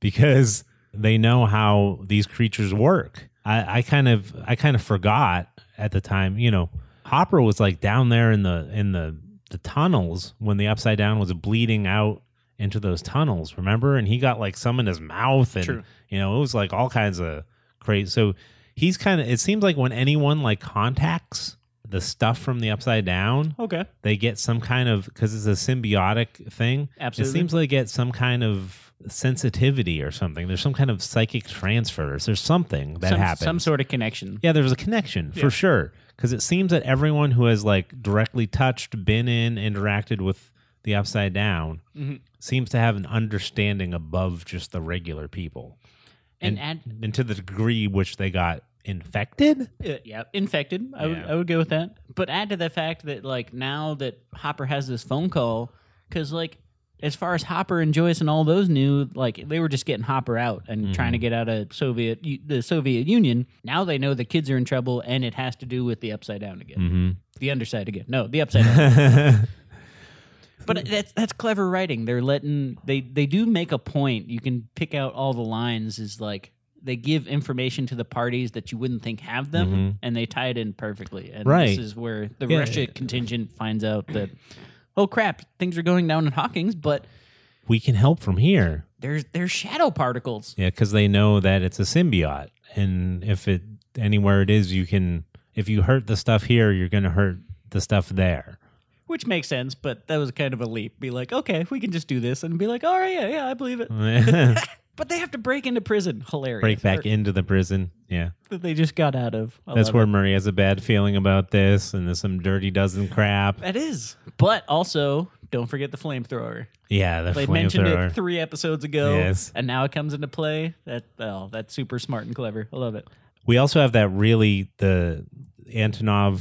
S3: because they know how these creatures work i, I kind of i kind of forgot at the time you know hopper was like down there in the in the the tunnels when the upside down was bleeding out into those tunnels remember and he got like some in his mouth and
S4: True.
S3: you know it was like all kinds of crazy so he's kind of it seems like when anyone like contacts the stuff from the upside down
S4: Okay,
S3: they get some kind of because it's a symbiotic thing
S4: Absolutely.
S3: it seems like they get some kind of sensitivity or something there's some kind of psychic transfer there's something that
S4: some,
S3: happens
S4: some sort of connection.
S3: yeah, there's a connection for sure. Because it seems that everyone who has like directly touched, been in, interacted with the upside down
S4: Mm-hmm.
S3: seems to have an understanding above just the regular people.
S4: And, add,
S3: And to the degree which they got infected,
S4: Uh, yeah, infected. I would
S3: Yeah.
S4: I would go with that. But add to the fact that like now that Hopper has this phone call, because like as far as Hopper and Joyce and all those knew, like they were just getting Hopper out and
S3: Mm-hmm.
S4: trying to get out of Soviet U- the Soviet Union. Now they know the kids are in trouble, and it has to do with the upside down
S3: Mm.
S4: again, the underside again. No, the upside down. But that's that's clever writing. They're letting they they do make a point. You can pick out all the lines. Is like they give information to the parties that you wouldn't think have them, and they tie it in perfectly. And
S3: Mm-hmm. Right.
S4: this is where the
S3: Yeah.
S4: Russia contingent finds out that oh crap, things are going down in Hawking's, but
S3: we can help from here.
S4: there's there's shadow particles.
S3: Yeah, because they know that it's a symbiote, and if it anywhere it is, you can. If you hurt the stuff here, you're going to hurt the stuff there.
S4: Which makes sense, but that was kind of a leap. Be like, okay, we can just do this, and be like, all right, yeah, yeah, I believe it.
S3: Break
S4: But they have to break into prison. Hilarious.
S3: Mm. back
S4: Or-
S3: into the prison. Yeah.
S4: That they just got out of. I
S3: That's
S4: love
S3: where
S4: it.
S3: Murray has a bad feeling about this, and there's some dirty dozen crap.
S4: That is. But also, don't forget the flamethrower.
S3: Yeah, the
S4: They mentioned
S3: flamethrower.
S4: it three episodes ago,
S3: Yes.
S4: and now it comes into play. That oh, that's super smart and clever. I love it.
S3: We also have that really the Antonov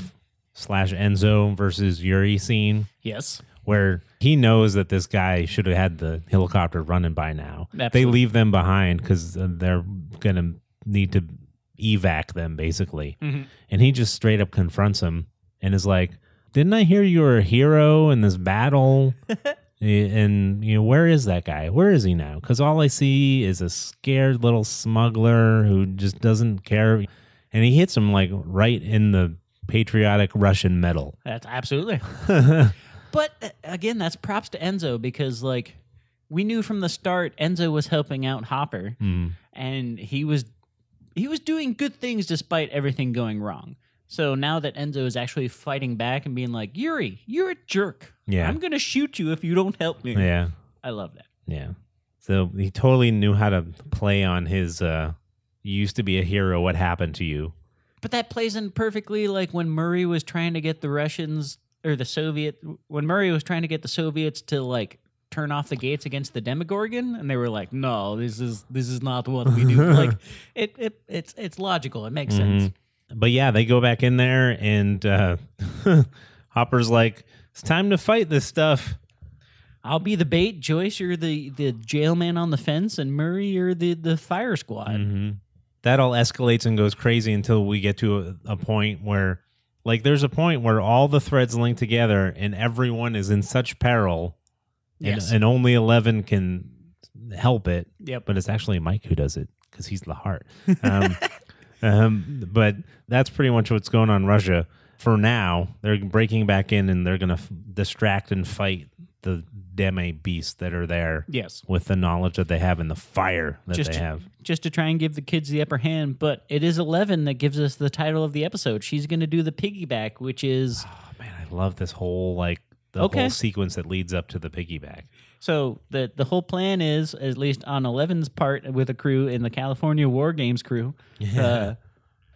S3: slash Enzo versus Yuri scene
S4: Yes,
S3: where he knows that this guy should have had the helicopter running by now. They
S4: Absolutely.
S3: leave them behind because they're gonna need to evac them basically,
S4: Mm-hmm.
S3: and he just straight up confronts him and is like, "Didn't I hear you were a hero in this battle?" Eh, and you know where is that guy where is he now because all i see is a scared little smuggler who just doesn't care and he hits him like right in the patriotic russian medal
S4: that's absolutely. but uh, again, that's props to Enzo because like we knew from the start, Enzo was helping out Hopper,
S3: Mm.
S4: and he was he was doing good things despite everything going wrong. So now that Enzo is actually fighting back and being like, Yuri, you're a jerk.
S3: Yeah.
S4: I'm gonna shoot you if you don't help me.
S3: yeah
S4: I love that.
S3: Yeah. So he totally knew how to play on his uh you used to be a hero. What happened to you?
S4: But that plays in perfectly like when Murray was trying to get the Russians or the Soviet when Murray was trying to get the Soviets to like turn off the gates against the Demogorgon and they were like, "No, this is this is not what we do." like it, it it's it's logical. It makes sense.
S3: But yeah, they go back in there, and uh, Hopper's like, "It's time to fight this stuff."
S4: I'll be the bait, Joyce, you're the the jail man on the fence and Murray you're the the fire
S3: Mm-hmm.
S4: squad.
S3: That all escalates and goes crazy until we get to a, a point where, like, there's a point where all the threads link together, and everyone is in such peril, and,
S4: Yes.
S3: and only Eleven can help it.
S4: Yep.
S3: but it's actually Mike who does it because he's the heart. Um, um, but that's pretty much what's going on in Russia for now. They're breaking back in and they're going to f- distract and fight the deme beasts that are there
S4: Yes.
S3: with the knowledge that they have and the fire that
S4: Just
S3: they
S4: to-
S3: have.
S4: Just to try and give the kids the upper hand, but it is 11 that gives us the title of the episode. She's going to do the piggyback, which is
S3: Oh, man, I love this whole like the
S4: Okay.
S3: whole sequence that leads up to the piggyback.
S4: So the the whole plan is, at least on Eleven's part with a crew in the California War Games crew, uh,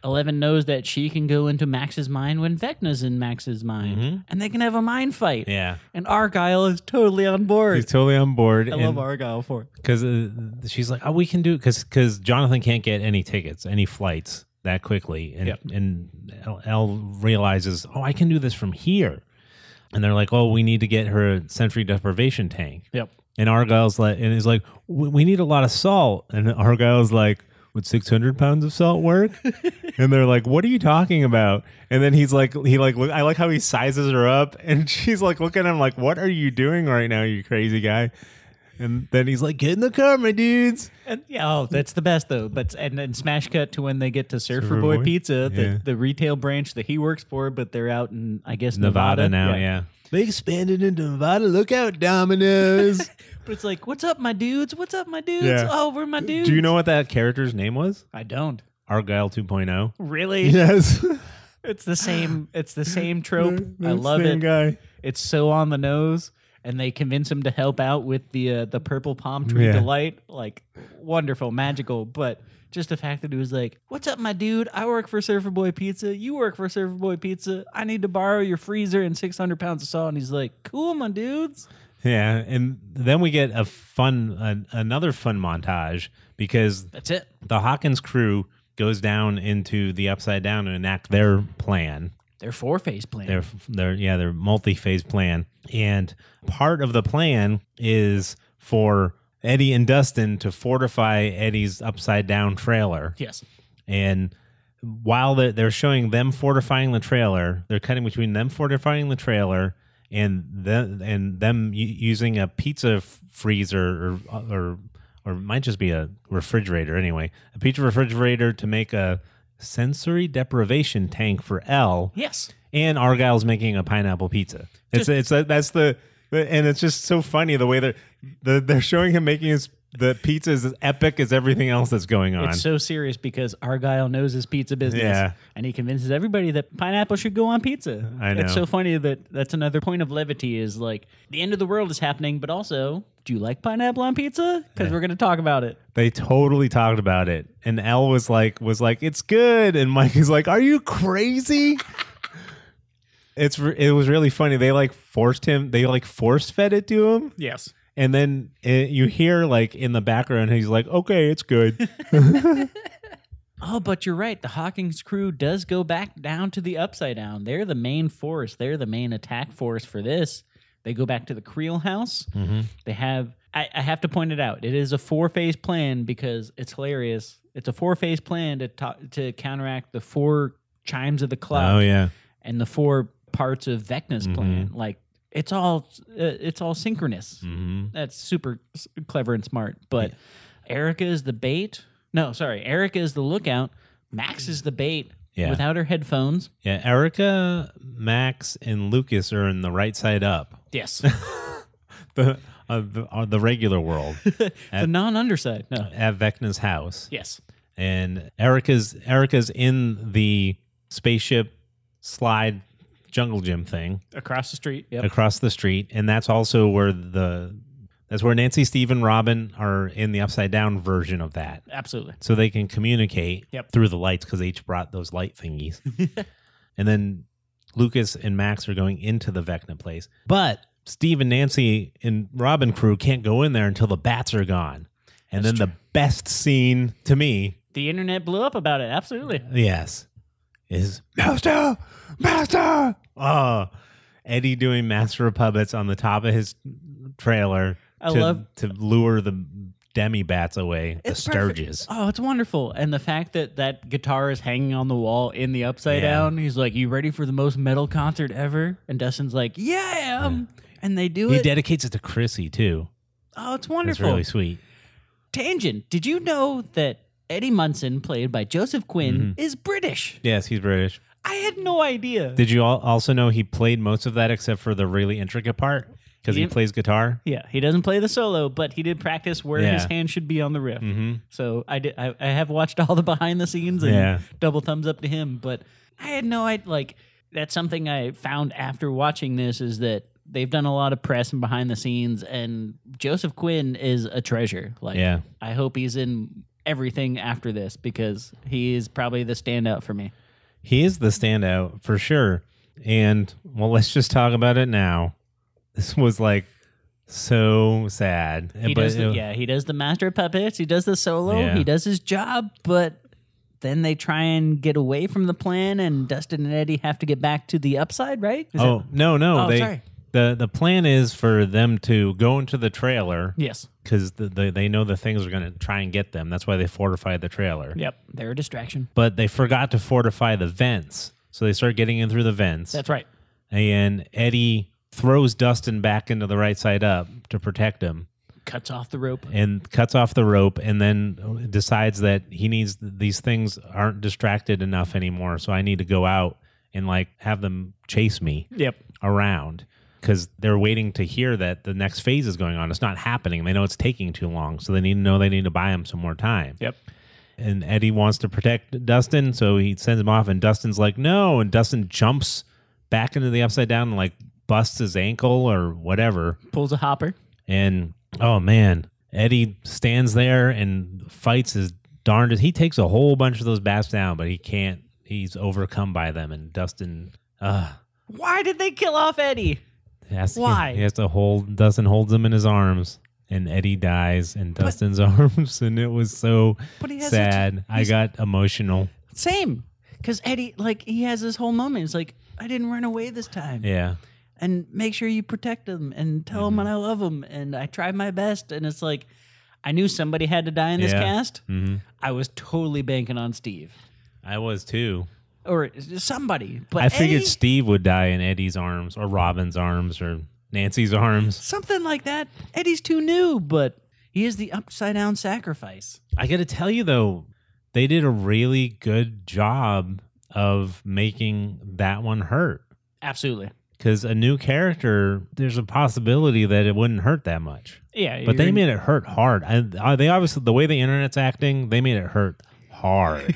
S4: Eleven knows that she can go into Max's mind when Vecna's in Max's mind, and they can have a mind fight.
S3: Mm-hmm. Yeah.
S4: And Argyle is totally on board.
S3: He's totally on board.
S4: I love Argyle for it.
S3: because uh, she's like, "Oh, we can do because because Jonathan can't get any tickets, any flights that quickly," and and Elle- Elle realizes, "Oh, I can do this from here," and they're like, "Oh, we need to get her a sensory deprivation tank."
S4: Yep.
S3: And Argyle's like, and he's like, "We we need a lot of salt," and Argyle's like. Would 600 pounds of salt work? and they're like, What are you talking about? And then he's like, He like, look, I like how he sizes her up. And she's like, looking at him like, What are you doing right now, you crazy guy? And then he's like, "Get in the car, my dudes."
S4: And yeah, oh, that's the best though. But and then smash cut to when they get to Surfer,
S3: Surfer
S4: Boy,
S3: Boy?
S4: Pizza,
S3: Yeah.
S4: the, the retail branch that he works for, but they're out in I guess
S3: Nevada,
S4: Nevada,
S3: now, yeah. They expanded into Nevada. Look out, Dominoes.
S4: But it's like, what's up, my dudes? What's up, my dudes?
S3: Yeah.
S4: Oh, we're my dudes.
S3: Do you know what that character's name was?
S4: I don't
S3: Argyle oh. 2.0.
S4: really.
S3: Yes,
S4: It's the same. It's the same trope. I love
S3: Same
S4: it.
S3: Guy.
S4: It's so on the nose, and they convince him to help out with the uh, the purple palm tree
S3: Yeah.
S4: delight. Like wonderful, magical. But just the fact that he was like, "What's up, my dude? I work for Surfer Boy Pizza. You work for Surfer Boy Pizza. I need to borrow your freezer and six hundred pounds of salt." And he's like, "Cool, my dudes."
S3: Yeah, and then we get a fun, an another fun montage because
S4: That's it.
S3: the Hawkins crew goes down into the Upside Down and enact their plan.
S4: Their four phase plan.
S3: their their yeah their multi-phase plan and part of the plan is for Eddie and Dustin to fortify Eddie's upside down trailer
S4: yes.
S3: and while they're, they're showing them fortifying the trailer they're cutting between them fortifying the trailer and them and them u- using a pizza f- freezer or or or it might just be a refrigerator anyway a pizza refrigerator to make a sensory deprivation tank for L
S4: Yes.
S3: and Argyle's making a pineapple pizza. It's it's that's the and it's just so funny the way they're the, they're showing him making his the pizza is as epic as everything else that's going on.
S4: It's so serious because Argyle knows his pizza business,
S3: Yeah.
S4: and he convinces everybody that pineapple should go on pizza.
S3: I
S4: It's
S3: know.
S4: so funny that that's another point of levity is like the end of the world is happening, but also, do you like pineapple on pizza? Because we're going to talk about it.
S3: they totally talked about it, and Elle was like was like it's good, and Mike is like, are you crazy? It's re- it was really funny. They like forced him. They like force fed it to him,
S4: Yes.
S3: and then uh you hear like in the background he's like, okay, it's good.
S4: Oh, but you're right. The Hawkins crew does go back down to the Upside Down. They're the main force. They're the main attack force for this. They go back to the Creel house.
S3: Mm-hmm.
S4: They have. I, I have to point it out. It is a four phase plan because it's hilarious. It's a four phase plan to ta- to counteract the four chimes of the clock
S3: Oh yeah, Mm-hmm.
S4: and the four parts of Vecna's plan. Like it's all uh, it's all synchronous.
S3: mm-hmm.
S4: That's super s- clever and smart. But Erica is the bait. No, sorry. Erica is the lookout. Max is the bait
S3: Yeah.
S4: without her headphones.
S3: Yeah, Erica, Max, and Lucas are in the right side up,
S4: Yes.
S3: the uh, the, uh, the regular world
S4: the non underside. No.
S3: at Vecna's house,
S4: Yes.
S3: and Erica's Erica's in the spaceship slide jungle gym thing
S4: Across the street. Yep.
S3: across the street, and that's also where the That's where Nancy, Steve, and Robin are in the upside down version of that.
S4: Absolutely.
S3: So they can communicate
S4: Yep.
S3: through the lights because they each brought those light thingies. and then Lucas and Max are going into the Vecna place. But Steve and Nancy and Robin crew can't go in there until the bats are gone. And
S4: That's
S3: then the best scene to me,
S4: The internet blew up about it. Absolutely.
S3: yes, is Master, Master. Oh, Eddie doing Master of Puppets on the top of his trailer
S4: I
S3: to,
S4: love-
S3: to lure the demi bats away, the
S4: It's perfect.
S3: Sturges.
S4: Oh, it's wonderful. And the fact that that guitar is hanging on the wall in the upside
S3: Yeah.
S4: down, he's like, You ready for the most metal concert ever? And Dustin's like, Yeah, I am." And they do
S3: He
S4: it.
S3: dedicates it to Chrissy too.
S4: Oh, it's
S3: That's
S4: wonderful.
S3: really sweet.
S4: Tangent. Did you know that Eddie Munson, played by Joseph Quinn,
S3: Mm-hmm.
S4: is British?
S3: Yes, he's British.
S4: I had no idea.
S3: Did you al- also know he played most of that except for the really intricate part because he
S4: He-
S3: plays guitar?
S4: yeah, he doesn't play the solo, but he did practice where his
S3: Yeah.
S4: hand should be on the riff.
S3: Mm-hmm.
S4: So I did. I, I have watched all the behind the scenes and
S3: Yeah.
S4: double thumbs up to him. But I had no idea. Like that's something I found after watching this is that they've done a lot of press and behind the scenes, and Joseph Quinn is a treasure. Like
S3: Yeah.
S4: I hope he's in everything after this because he is probably the standout for me.
S3: He is the standout for sure. And well, let's just talk about it now. This was like so sad.
S4: He
S3: But
S4: does the,
S3: it-
S4: yeah, he does the master of puppets. He does the solo.
S3: Yeah.
S4: He does his job, but. Then they try and get away from the plan, and Dustin and Eddie have to get back to the upside, right? Is
S3: Oh
S4: it-
S3: no, no.
S4: Oh,
S3: they
S4: sorry.
S3: the the plan is for them to go into the trailer
S4: yes.
S3: because the, the, they know the things are going to try and get them. That's why they fortify the trailer.
S4: Yep. They're a distraction.
S3: But they forgot to fortify the vents, so they start getting in through the vents.
S4: That's right.
S3: and Eddie throws Dustin back into the right side up to protect him
S4: Cuts off the rope.
S3: and cuts off the rope and then decides that he needs these things aren't distracted enough anymore so I need to go out and like have them chase me
S4: Yep.
S3: around cuz they're waiting to hear that the next phase is going on it's not happening they know it's taking too long so they need to know they need to buy him some more time
S4: Yep.
S3: and Eddie wants to protect Dustin, so he sends him off, and Dustin's like, no, and Dustin jumps back into the upside down and like busts his ankle or whatever.
S4: Pulls a hopper.
S3: And oh man, Eddie stands there and fights his darndest. He takes a whole bunch of those bats down, but he can't. He's overcome by them, and Dustin, uh,
S4: Why did they kill off Eddie?
S3: has to,
S4: Why?
S3: he has to hold. Dustin holds him in his arms. And Eddie dies in Dustin's arms, and it was so
S4: But he has such-
S3: sad. I got emotional.
S4: Same. Because Eddie, like, he has this whole moment. It's like, I didn't run away this time.
S3: Yeah. Mm-hmm.
S4: And make sure you protect him and tell him I love him. And I tried my best. And it's like, I knew somebody had to die in this
S3: Yeah.
S4: cast.
S3: Mm-hmm.
S4: I was totally banking on Steve
S3: I was too.
S4: or somebody. But
S3: I figured
S4: Eddie,
S3: Steve would die in Eddie's arms or Robin's arms or Nancy's arms.
S4: something like that. Eddie's too new, but he is the upside down sacrifice.
S3: I got to tell you though, they did a really good job of making that one hurt
S4: Absolutely.
S3: because a new character, there's a possibility that it wouldn't hurt that much.
S4: Yeah.
S3: But they
S4: you're-
S3: made it hurt hard. And uh, they obviously the way the internet's acting, they made it hurt hard.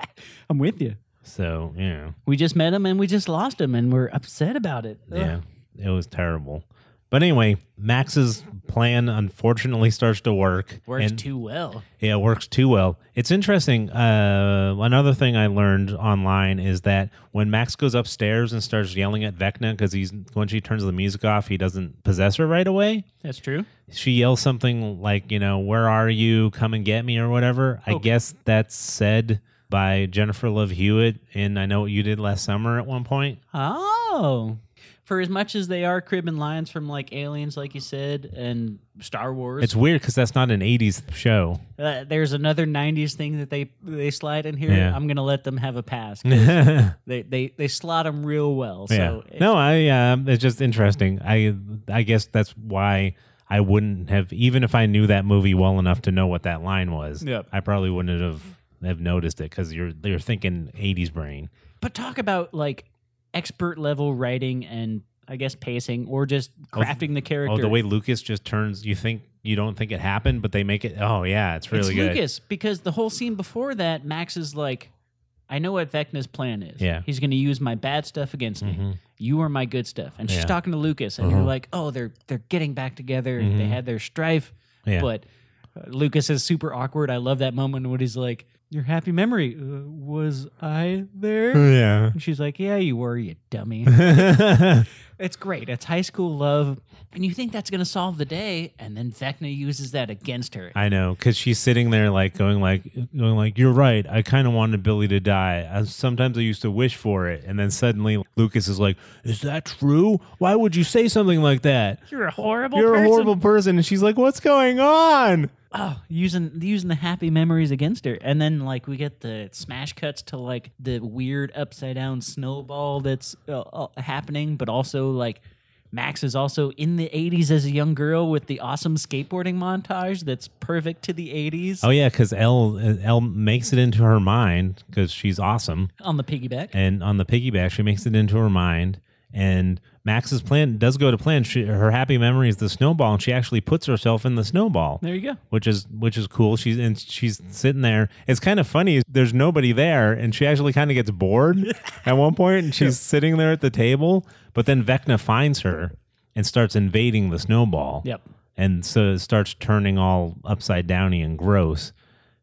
S4: I'm with you.
S3: so you know,
S4: We just met him and we just lost him and we're upset about it. Ugh.
S3: yeah, it was terrible. But anyway, Max's plan unfortunately starts to work.
S4: Works
S3: and-
S4: too well.
S3: Yeah, it works too well. It's interesting. Uh, another thing I learned online is that when Max goes upstairs and starts yelling at Vecna because he's when she turns the music off, he doesn't possess her right away.
S4: That's true.
S3: She yells something like, you know, "Where are you? Come and get me," or whatever. I
S4: Oh.
S3: guess that's said by Jennifer Love Hewitt in "I Know What You Did Last Summer" at one point.
S4: Oh. For as much as they are cribbing lines from like aliens, like you said, and Star Wars,
S3: It's weird because that's not an '80s show.
S4: uh, there's another '90s thing that they they slide in here.
S3: Yeah.
S4: I'm gonna let them have a pass. 'cause
S3: yeah.
S4: they they they slot them real well. So it-
S3: no, I. Uh, it's just interesting. I. I guess that's why I wouldn't have, even if I knew that movie well enough to know what that line was.
S4: Yep.
S3: I probably wouldn't have have noticed it because you're you're thinking '80s brain.
S4: But talk about like expert level writing and I guess pacing or just
S3: Oh, th-
S4: crafting the character.
S3: Oh, the way Lucas just turns. You think you don't think it happened, but they make it. Oh yeah, it's really
S4: it's
S3: good.
S4: Lucas because the whole scene before that, Max is like, I know what Vecna's plan is.
S3: Yeah. Mm-hmm.
S4: He's going to use my bad stuff against me. You are my good stuff. And she's
S3: Yeah. Uh-huh.
S4: talking to Lucas, and you're like, oh, they're they're getting back together. They had their strife,
S3: Mm-hmm. Yeah.
S4: but uh, Lucas is super awkward. I love that moment when he's like, "Your happy memory uh, was I there?"
S3: Yeah.
S4: and she's like, "Yeah, you were, you dummy." it's great. It's high school love, and you think that's going to solve the day, and then Vecna uses that against her.
S3: I know, because she's sitting there like going like going like you're right. I kind of wanted Billy to die. I, sometimes I used to wish for it, and then suddenly Lucas is like, "Is that true? Why would you say something like that?
S4: You're a horrible.
S3: You're
S4: person.
S3: a horrible person." And she's like, "What's going on?"
S4: oh, using using the happy memories against her, and then like we get the smash cuts to like the weird upside down snowball that's uh, uh, happening, but also like Max is also in the '80s as a young girl with the awesome skateboarding montage that's perfect to the '80s
S3: Oh yeah, because Elle Elle makes it into her mind because she's awesome,
S4: on the piggyback.
S3: and on the piggyback she makes it into her mind. And Max's plan does go to plan. She, her happy memory is the snowball, and she actually puts herself in the snowball.
S4: there you go.
S3: which is which is cool. She's and she's sitting there. It's kind of funny. There's nobody there, and she actually kind of gets bored at one point, and she's sitting there at the table. But then Vecna finds her and starts invading the snowball.
S4: Yep.
S3: And so it starts turning all upside downy and gross.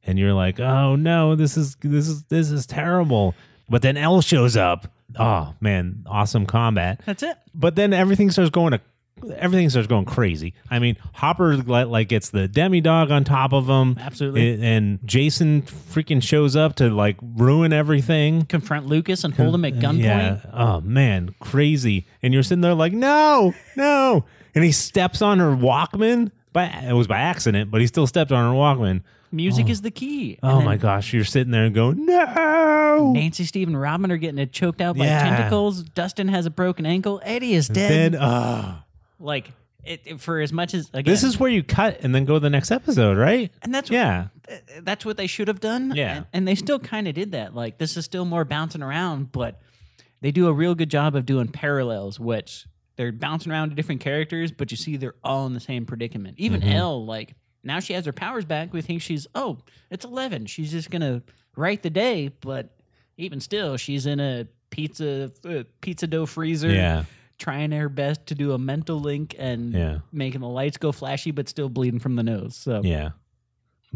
S3: And you're like, oh no, this is this is this is terrible. But then L shows up. Oh man, awesome combat
S4: That's it.
S3: but then everything starts going to everything starts going crazy. I mean, Hopper like like, gets the demi dog on top of him,
S4: Absolutely.
S3: and, and Jason freaking shows up to like ruin everything.
S4: Confront Lucas and hold him at gunpoint.
S3: Yeah. Oh man, crazy! And you're sitting there like, no, no, and he steps on her Walkman. By it was by accident, but he still stepped on her Walkman.
S4: Music is the key. And
S3: Oh
S4: then
S3: my gosh, you're sitting there and going, no.
S4: Nancy, Steve, and Robin are getting it choked out by
S3: Yeah.
S4: tentacles. Dustin has a broken ankle. Eddie is dead.
S3: Then, uh,
S4: like it, it- for as much as again,
S3: this is where you cut and then go to the next episode, right?
S4: and that's
S3: Yeah.
S4: what, uh, that's what they should have done.
S3: Yeah.
S4: and, and they still kind of did that. Like this is still more bouncing around, but they do a real good job of doing parallels, which they're bouncing around to different characters, but you see they're all in the same predicament. Even
S3: Mm-hmm.
S4: Elle, like now she has her powers back. We think she's oh, it's eleven. She's just gonna right the day, but even still, she's in a pizza uh, pizza dough freezer
S3: Yeah.
S4: trying her best to do a mental link and
S3: Yeah.
S4: making the lights go flashy, but still bleeding from the nose. So
S3: Yeah.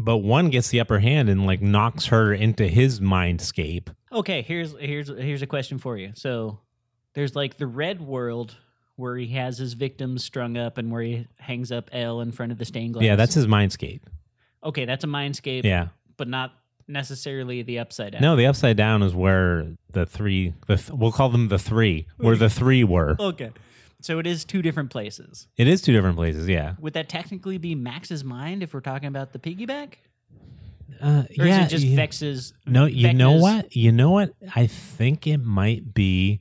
S3: But one gets the upper hand and like knocks her into his mindscape.
S4: okay, here's here's here's a question for you. So there's like the red world where he has his victims strung up and where he hangs up L in front of the stained glass.
S3: Yeah, that's his mindscape.
S4: okay. That's a mindscape,
S3: Yeah.
S4: but not necessarily the upside down.
S3: No, the upside down is where the three, the th- we'll call them the three, where the three were.
S4: Okay. So it is two different places.
S3: It is two different places. Yeah.
S4: Would that technically be Max's mind if we're talking about the piggyback?
S3: Uh,
S4: Or
S3: yeah.
S4: is it just
S3: yeah.
S4: Vex's?
S3: No, you know
S4: Vecna's-
S3: what? You know what? I think it might be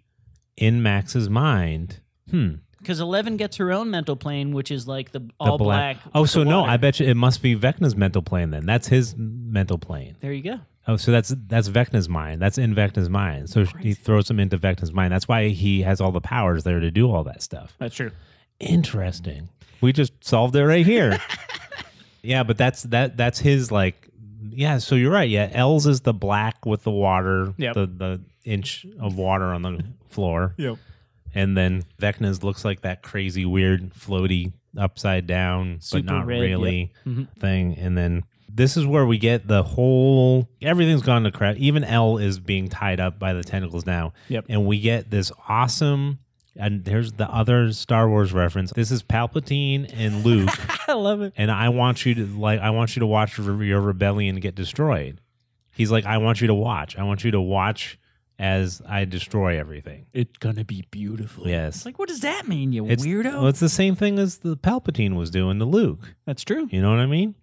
S3: in Max's mind. Hmm.
S4: Because Eleven gets her own mental plane, which is like the
S3: The
S4: all black.
S3: Oh,
S4: with
S3: so
S4: the
S3: no,
S4: water.
S3: I bet you it must be Vecna's mental plane then. That's his mental plane.
S4: There you go.
S3: Oh, so that's that's Vecna's mind. That's in Vecna's mind. So he throws him into Vecna's mind. That's why he has all the powers there to do all that stuff.
S4: That's true.
S3: Interesting. We just solved it right here. yeah, but that's that that's his like yeah, so you're right. Yeah, L's is the black with the water,
S4: Yep.
S3: the the inch of water on the floor.
S4: Yep.
S3: And then Vecna's looks like that crazy weird floaty upside down
S4: Super
S3: but not
S4: red, Mm-hmm.
S3: really thing. And then this is where we get the whole everything's gone to crap. Even L is being tied up by the tentacles now.
S4: Yep.
S3: And we get this awesome and there's the other Star Wars reference. This is Palpatine and Luke.
S4: I love it.
S3: and I want you to like I want you to watch re- your rebellion get destroyed. He's like, I want you to watch. I want you to watch as I destroy everything.
S4: It's gonna be beautiful.
S3: Yes.
S4: It's like, what does that mean, you
S3: It's,
S4: weirdo?
S3: Well, it's the same thing as the Palpatine was doing to Luke.
S4: That's true.
S3: You know what I mean?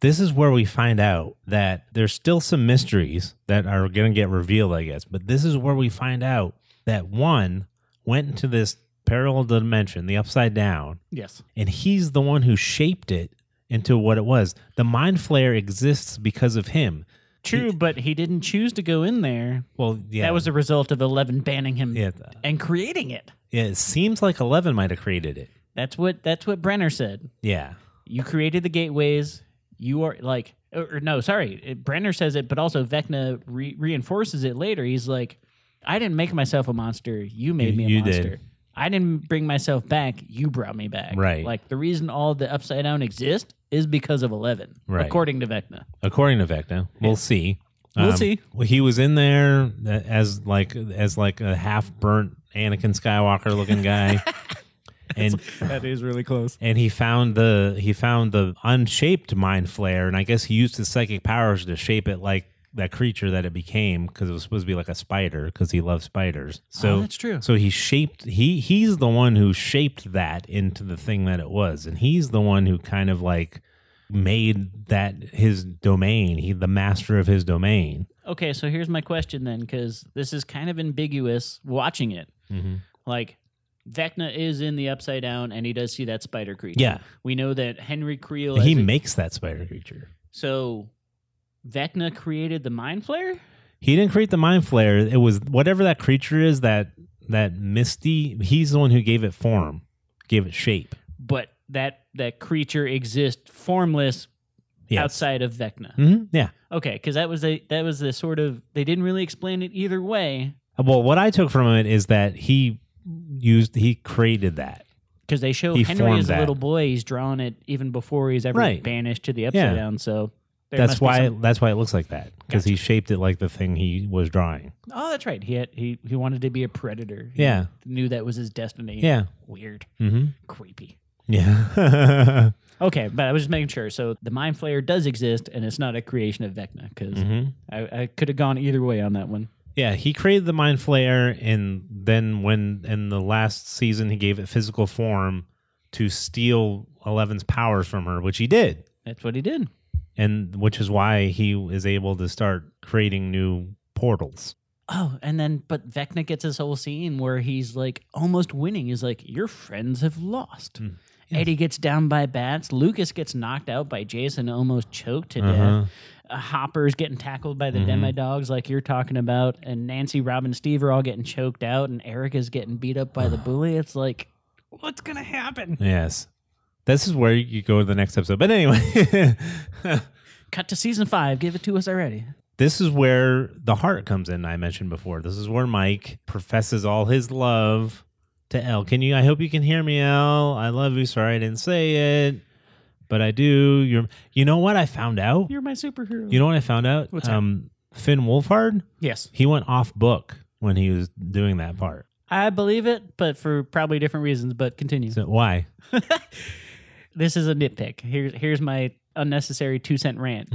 S3: This is where we find out that there's still some mysteries that are going to get revealed, I guess. But this is where we find out that one went into this parallel dimension, the upside down,
S4: Yes.
S3: and he's the one who shaped it into what it was. The mind flare exists because of him.
S4: True, but he didn't choose to go in there.
S3: Well, yeah,
S4: That was a result of Eleven banning him
S3: yeah,
S4: and creating it.
S3: yeah. It seems like Eleven might have created it.
S4: That's what that's what Brenner said.
S3: Yeah.
S4: You created the gateways. you are like, or, or no, sorry, it- Brenner says it, but also Vecna re- reinforces it later. He's like, I didn't make myself a monster. You made
S3: You-
S4: me a
S3: you did.
S4: monster. I didn't bring myself back. You brought me back.
S3: Right.
S4: Like the reason all the upside down exist is because of Eleven,
S3: Right.
S4: according to Vecna.
S3: according to Vecna. We'll see. Um,
S4: We'll see.
S3: well, He was in there uh, as like as like a half burnt Anakin Skywalker looking guy, and
S4: That is really close.
S3: and he found the he found the unshaped mind flare, and I guess he used his psychic powers to shape it like that creature that it became because it was supposed to be like a spider because he loves spiders. So
S4: Oh, that's true.
S3: So he shaped he he's the one who shaped that into the thing that it was, and he's the one who kind of like made that his domain. He the master of his domain.
S4: Okay, so here's my question then, because this is kind of ambiguous watching it. Like, Vecna is in the Upside Down, and he does see that spider creature.
S3: Yeah,
S4: We know that Henry Creel.
S3: he
S4: as a-
S3: makes that spider creature.
S4: so Vecna created the mind flare.
S3: He didn't create the mind flare. It was whatever that creature is that that misty. He's the one who gave it form, gave it shape.
S4: but that that creature exists formless
S3: Yes.
S4: outside of Vecna.
S3: hmm Yeah.
S4: Okay, because that was a that was the sort of they didn't really explain it either way
S3: Well, what I took from it is that he used he created that.
S4: because they show
S3: He
S4: Henry
S3: formed
S4: as a
S3: that.
S4: little boy. He's drawn it even before he's ever
S3: Right.
S4: banished to the upside
S3: Yeah.
S4: down. So there must
S3: that's
S4: be
S3: why
S4: some-
S3: that's why it looks like that because he shaped it like the thing he was drawing.
S4: oh, that's right. He had, he he wanted to be a predator. He
S3: Yeah.
S4: knew that was his destiny.
S3: Yeah.
S4: weird,
S3: Mm-hmm.
S4: creepy.
S3: Yeah.
S4: Okay, but I was just making sure. So the mind flayer does exist, and it's not a creation of Vecna because
S3: hmm
S4: I, I could have gone either way on that one.
S3: Yeah, he created the mind flayer, and then when in the last season he gave it physical form to steal Eleven's powers from her, which he did,
S4: That's what he did.
S3: and which is why he is able to start creating new portals.
S4: Oh, and then but Vecna gets this whole scene where he's like almost winning. He's like, "Your friends have lost."
S3: Mm, yeah.
S4: Eddie gets down by bats. Lucas gets knocked out by Jason, almost choked to
S3: Uh-huh.
S4: death. Uh, Hopper's getting tackled by the
S3: Mhm.
S4: demi dogs, like you're talking about, and Nancy, Rob, and Steve are all getting choked out, and Erica's getting beat up by the bully. It's like, what's gonna happen?
S3: Yes, this is where you go to the next episode. But anyway,
S4: Cut to season five. Give it to us already.
S3: this is where the heart comes in. I mentioned before. This is where Mike professes all his love to Elle. Can you? I hope you can hear me, Elle. I love you. Sorry I didn't say it, but I do. You're. You know what I found out?
S4: You're my superhero.
S3: You know what I found out?
S4: What's that?
S3: um, Finn Wolfhard.
S4: yes,
S3: He went off book when he was doing that part.
S4: I believe it, but for probably different reasons. But continue.
S3: So why?
S4: this is a nitpick. Here's here's my unnecessary two cent rant.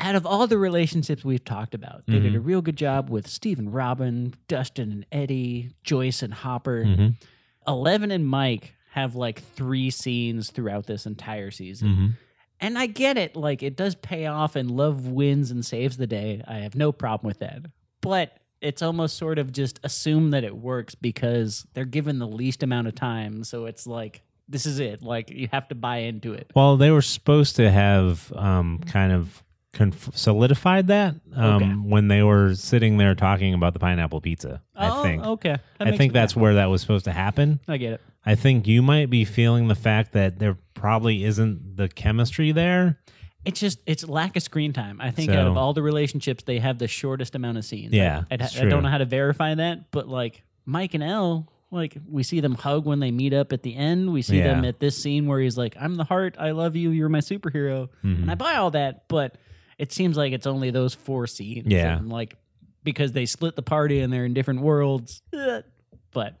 S4: Out of all the relationships we've talked about, they
S3: Mm-hmm.
S4: did a real good job with Steve and Robin, Dustin and Eddie, Joyce and Hopper.
S3: Mhm.
S4: Eleven and Mike have like three scenes throughout this entire season.
S3: Mhm.
S4: And I get it, like it does pay off and love wins and saves the day. I have no problem with that. But it's almost sort of just assume that it works because they're given the least amount of time. So it's like this is it. Like you have to buy into it.
S3: Well, they were supposed to have um, kind of conf- solidified that um,
S4: Okay.
S3: when they were sitting there talking about the pineapple pizza. I think.
S4: Oh, okay.
S3: I think that's where that was supposed to happen.
S4: I get it.
S3: I think you might be feeling the fact that there probably isn't the chemistry there.
S4: It's just it's lack of screen time. I think
S3: So-
S4: out of all the relationships, they have the shortest amount of scenes.
S3: Yeah,
S4: I, I'd-
S3: it's
S4: I don't
S3: true.
S4: know how to verify that, but like Mike and Elle, like we see them hug when they meet up at the end. We see them
S3: Yeah.
S4: at this scene where he's like, "I'm the heart. I love you. You're my superhero,"
S3: Mm-hmm.
S4: and I buy all that. But it seems like it's only those four scenes.
S3: Yeah.
S4: and like because they split the party and they're in different worlds. Ugh. But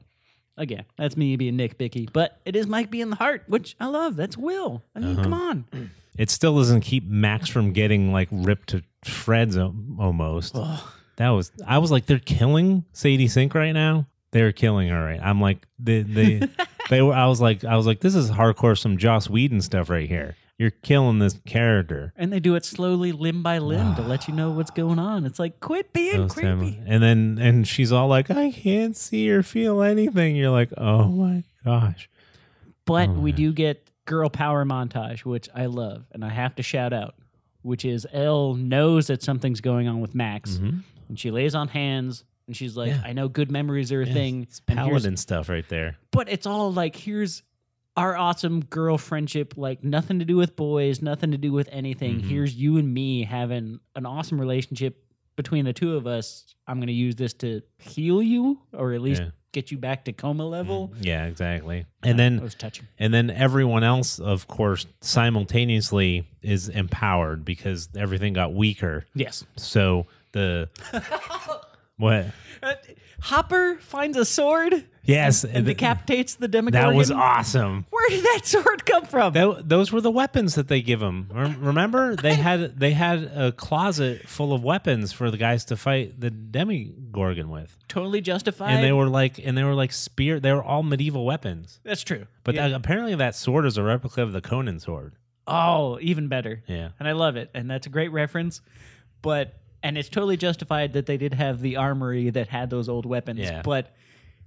S4: again, that's me being Nick Bicky. But it is Mike being the heart, which I love. That's Will. I
S3: Uh-huh.
S4: mean, come on.
S3: It still doesn't keep Max from getting like ripped to shreds al- almost. That was I was like they're killing Sadie Sink right now. They're killing her right. I'm like they they they were I was like I was like this is hardcore some Joss Whedon stuff right here. You're killing this character.
S4: And they do it slowly, limb by limb, to let you know what's going on. It's like, quit being
S3: Those time-
S4: creepy.
S3: And then and she's all like, I can't see or feel anything. You're like, oh my gosh.
S4: But
S3: Oh,
S4: we
S3: man.
S4: do get girl power montage, which I love, and I have to shout out, which is Elle knows that something's going on with Max,
S3: Mhm.
S4: and she lays on hands, and she's like,
S3: Yeah.
S4: I know good memories are a
S3: Yes,
S4: thing.
S3: It's
S4: and here's-
S3: paladin stuff right there.
S4: but it's all like, here's our awesome girl friendship, like nothing to do with boys, nothing to do with anything.
S3: Mhm.
S4: Here's you and me having an awesome relationship between the two of us. I'm going to use this to heal you or at least
S3: Yeah.
S4: get you back to coma level.
S3: Yeah, exactly. And then
S4: That was touching.
S3: And then everyone else, of course, simultaneously is empowered because everything got weaker.
S4: Yes.
S3: So the what?
S4: Hopper finds a sword
S3: Yes,
S4: and
S3: th-
S4: decapitates the Demogorgon.
S3: that was awesome.
S4: Where did that sword come from?
S3: That, those were the weapons that they give them. Remember, they had they had a closet full of weapons for the guys to fight the demigorgon with,
S4: totally justified.
S3: and they were like, and they were like spear. They were all medieval weapons,
S4: That's true.
S3: but
S4: Yeah.
S3: that, apparently that sword is a replica of the Conan sword.
S4: oh, even better.
S3: Yeah.
S4: and I love it, and that's a great reference. But and it's totally justified that they did have the armory that had those old weapons.
S3: Yeah.
S4: But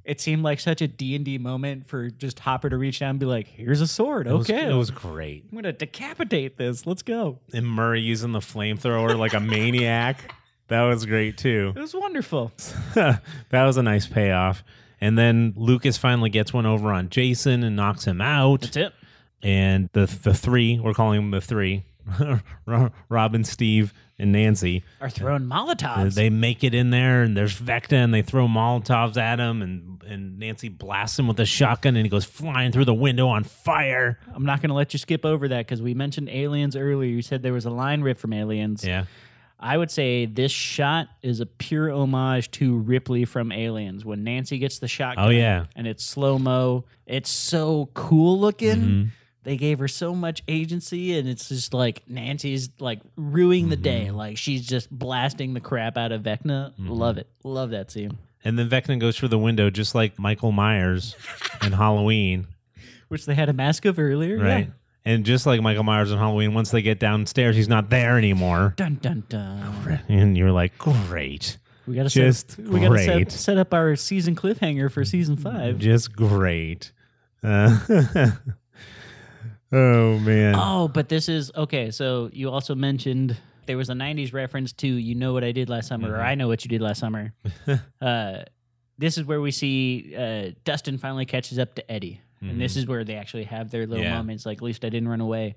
S4: it seemed like such a D and D moment for just Hopper to reach down and be like, "Here's a sword.
S3: It was-
S4: okay,
S3: it was great.
S4: I'm gonna decapitate this. Let's go."
S3: and Murray using the flamethrower like a maniac. That was great too.
S4: It was wonderful.
S3: that was a nice payoff. And then Lucas finally gets one over on Jason and knocks him out.
S4: it.
S3: And the the three, we're calling them the three, Ro- Robin, Steve, and Nancy.
S4: Are throwing molotovs.
S3: They make it in there, and there's Vecta, and they throw Molotovs at him, and and Nancy blasts him with a shotgun, and he goes flying through the window on fire.
S4: I'm not gonna let you skip over that because we mentioned aliens earlier. You said there was a line ripped from Aliens.
S3: Yeah,
S4: I would say this shot is a pure homage to Ripley from Aliens when Nancy gets the shotgun.
S3: Oh, yeah.
S4: and it's slow mo. It's so cool looking.
S3: Mm-hmm.
S4: They gave her so much agency, and it's just like Nancy's like ruining the day.
S3: Mm-hmm.
S4: Like she's just blasting the crap out of Vecna. Love it. Love that scene.
S3: and then Vecna goes through the window just like Michael Myers in Halloween.
S4: Which they had a mask of earlier.
S3: Right.
S4: Yeah.
S3: And just like Michael Myers on Halloween, once they get downstairs, he's not there anymore.
S4: Dun dun dun.
S3: And you're like, great.
S4: We gotta
S3: Just
S4: set, we gotta
S3: great.
S4: set, set up our season cliffhanger for season five.
S3: Just great. Uh, oh, man.
S4: Oh, but this is okay. So you also mentioned there was a '90s reference to "You Know What I Did Last Summer" or "I Know What You Did Last Summer." uh, this is where we see uh, Dustin finally catches up to Eddie, and this is where they actually have their little
S3: Yeah.
S4: moments. Like, at least I didn't run away.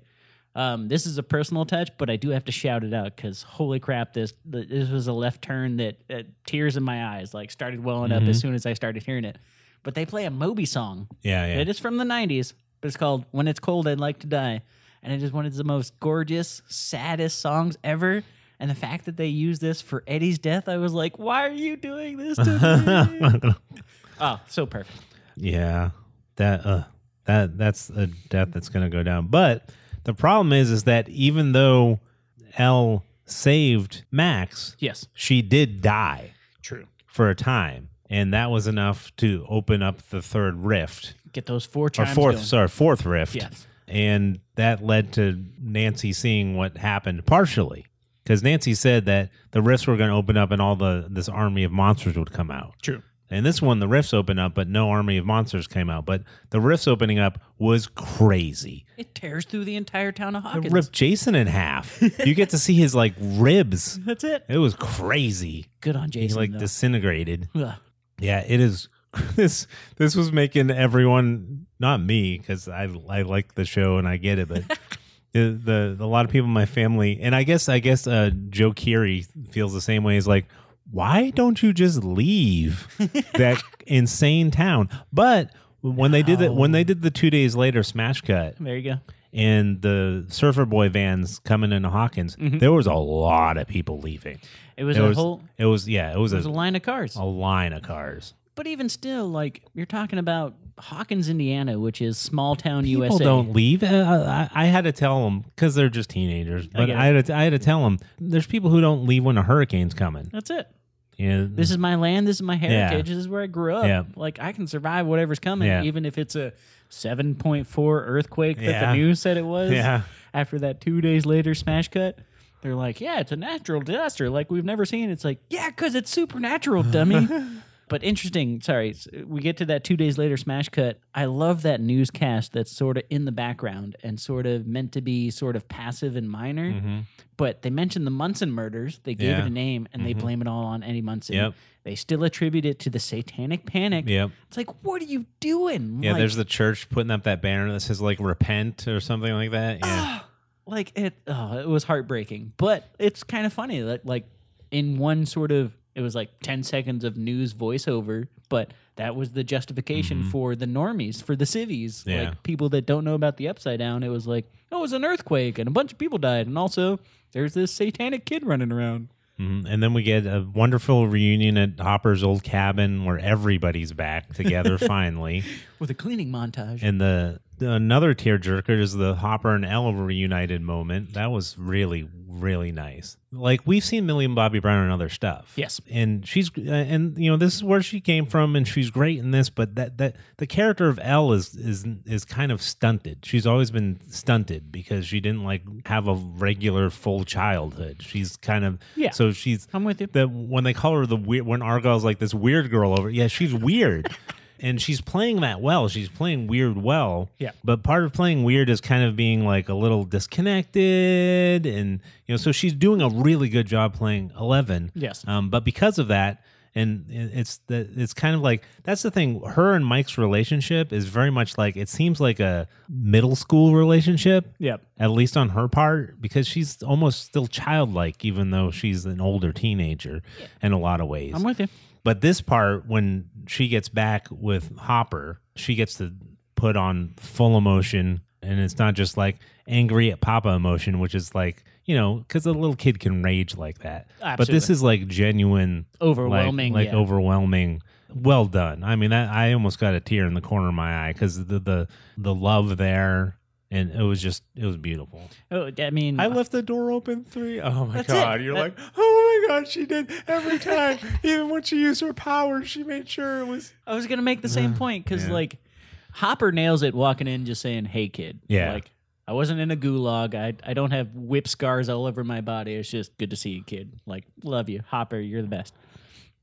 S4: Um, this is a personal touch, but I do have to shout it out because holy crap, this th- this was a left turn that uh, tears in my eyes like started welling up as soon as I started hearing it. But they play a Moby song.
S3: Yeah, yeah.
S4: It is from the 90s, but it's called When It's Cold, I'd Like to Die. And it is one of the most gorgeous, saddest songs ever. And the fact that they used this for Eddie's death, I was like, why are you doing this to me? oh, so perfect.
S3: yeah. That, uh, that, that's a death that's going to go down. But the problem is, is that even though Elle saved Max,
S4: Yes,
S3: she did die
S4: true.
S3: for a time. And that was enough to open up the third rift.
S4: Get those four
S3: or
S4: chimes
S3: fourth,
S4: going.
S3: sorry, fourth rift.
S4: Yes.
S3: And that led to Nancy seeing what happened partially. Because Nancy said that the rifts were going to open up and all the this army of monsters would come out.
S4: True.
S3: And this one, the rifts open up, but no army of monsters came out. But the rifts opening up was crazy.
S4: It tears through the entire town of
S3: It
S4: Hawkins.
S3: ripped Jason in half. you get to see his like ribs.
S4: That's it.
S3: It was crazy.
S4: Good on
S3: He
S4: Jason.
S3: like
S4: though.
S3: disintegrated.
S4: Ugh.
S3: Yeah, it is. This this was making everyone, not me, because I I like the show and I get it, but the, the a lot of people in my family, and I guess I guess uh, Joe Keery feels the same way. He's like, why don't you just leave that insane town? But when they did that, when they did the two days later smash cut
S4: There you go.
S3: and the surfer boy vans coming into Hawkins, there was a lot of people leaving.
S4: It was
S3: It
S4: Mm-hmm. a
S3: was,
S4: whole
S3: it was yeah, it was,
S4: it was a
S3: a,
S4: line of cars.
S3: a line of cars.
S4: But even still, like you're talking about Hawkins, Indiana, which is small town
S3: People
S4: USA.
S3: don't leave. Uh, I, I had to tell them because they're just teenagers. But
S4: get it.
S3: I, had to, I had to tell them there's people who don't leave when a hurricane's coming.
S4: That's it.
S3: You know,
S4: this is my land this is my heritage this is where i grew up
S3: Mm. Yeah.
S4: like i can survive whatever's coming
S3: Yeah.
S4: even if it's a 7.4 earthquake that
S3: Yeah.
S4: the news said it was
S3: Yeah.
S4: after that two days later smash cut they're like yeah it's a natural disaster like we've never seen it's like yeah because it's supernatural dummy but interesting. Sorry, s- we get to that two days later smash cut. I love that newscast that's sort of in the background and sort of meant to be sort of passive and minor.
S3: Mhm.
S4: But they mentioned the Munson murders. They gave
S3: Yeah.
S4: it a name and they
S3: Mhm.
S4: blame it all on Eddie Munson.
S3: Yep.
S4: They still attribute it to the Satanic Panic.
S3: Yep.
S4: It's like, what are you doing?
S3: Yeah,
S4: like,
S3: there's the church putting up that banner that says like repent or something like that. Yeah.
S4: like it. Oh, it was heartbreaking, but it's kind of funny that like in one sort of it was like ten seconds of news voiceover, but that was the justification for the normies, for the civies,
S3: Mm-hmm. Yeah.
S4: like people that don't know about the upside down. It was like, oh, it was an earthquake and a bunch of people died, and also there's this satanic kid running around.
S3: Mhm. And then we get a wonderful reunion at Hopper's old cabin where everybody's back together finally.
S4: With a cleaning montage.
S3: And the another tearjerker is the Hopper and Elle reunited moment. That was really really nice. Like we've seen Millie and Bobby Brown and other stuff.
S4: Yes.
S3: and she's uh, and you know this is where she came from, and she's great in this. But that that the character of Elle is is is kind of stunted. She's always been stunted because she didn't like have a regular full childhood. She's kind of
S4: Yeah.
S3: So she's
S4: I'm with you.
S3: the when they call her the weird when Argyle's like this weird girl over yeah she's weird and she's playing that well she's playing weird well
S4: Yeah.
S3: but part of playing weird is kind of being like a little disconnected and you know so she's doing a really good job playing 11
S4: Yes.
S3: um, but because of that and it- it's the it's kind of like that's the thing her and Mike's relationship is very much like it seems like a middle school relationship
S4: Yep.
S3: at least on her part, because she's almost still childlike, even though she's an older teenager in a lot of ways.
S4: I'm with you.
S3: but this part, when she gets back with Hopper, she gets to put on full emotion, and it's not just like angry at Papa emotion, which is like you know, because a little kid can rage like that. But this
S4: Absolutely.
S3: is like genuine, like-
S4: Overwhelming,
S3: like,
S4: yeah.
S3: overwhelming. Well done. I mean, that I almost got a tear in the corner of my eye because the the the love there. And it was just, it was beautiful.
S4: Oh, I mean,
S3: I left the door open three. Oh my
S4: That's
S3: god!
S4: it.
S3: You're like,
S4: That-
S3: oh my god! She did every time. Even when she used her power, she made sure it was.
S4: I was gonna make the same point because
S3: Yeah.
S4: like Hopper nails it walking in just saying, "Hey kid."
S3: Yeah.
S4: Like I wasn't in a gulag. I I don't have whip scars all over my body. It's just good to see you, kid. Like love you, Hopper. You're the best.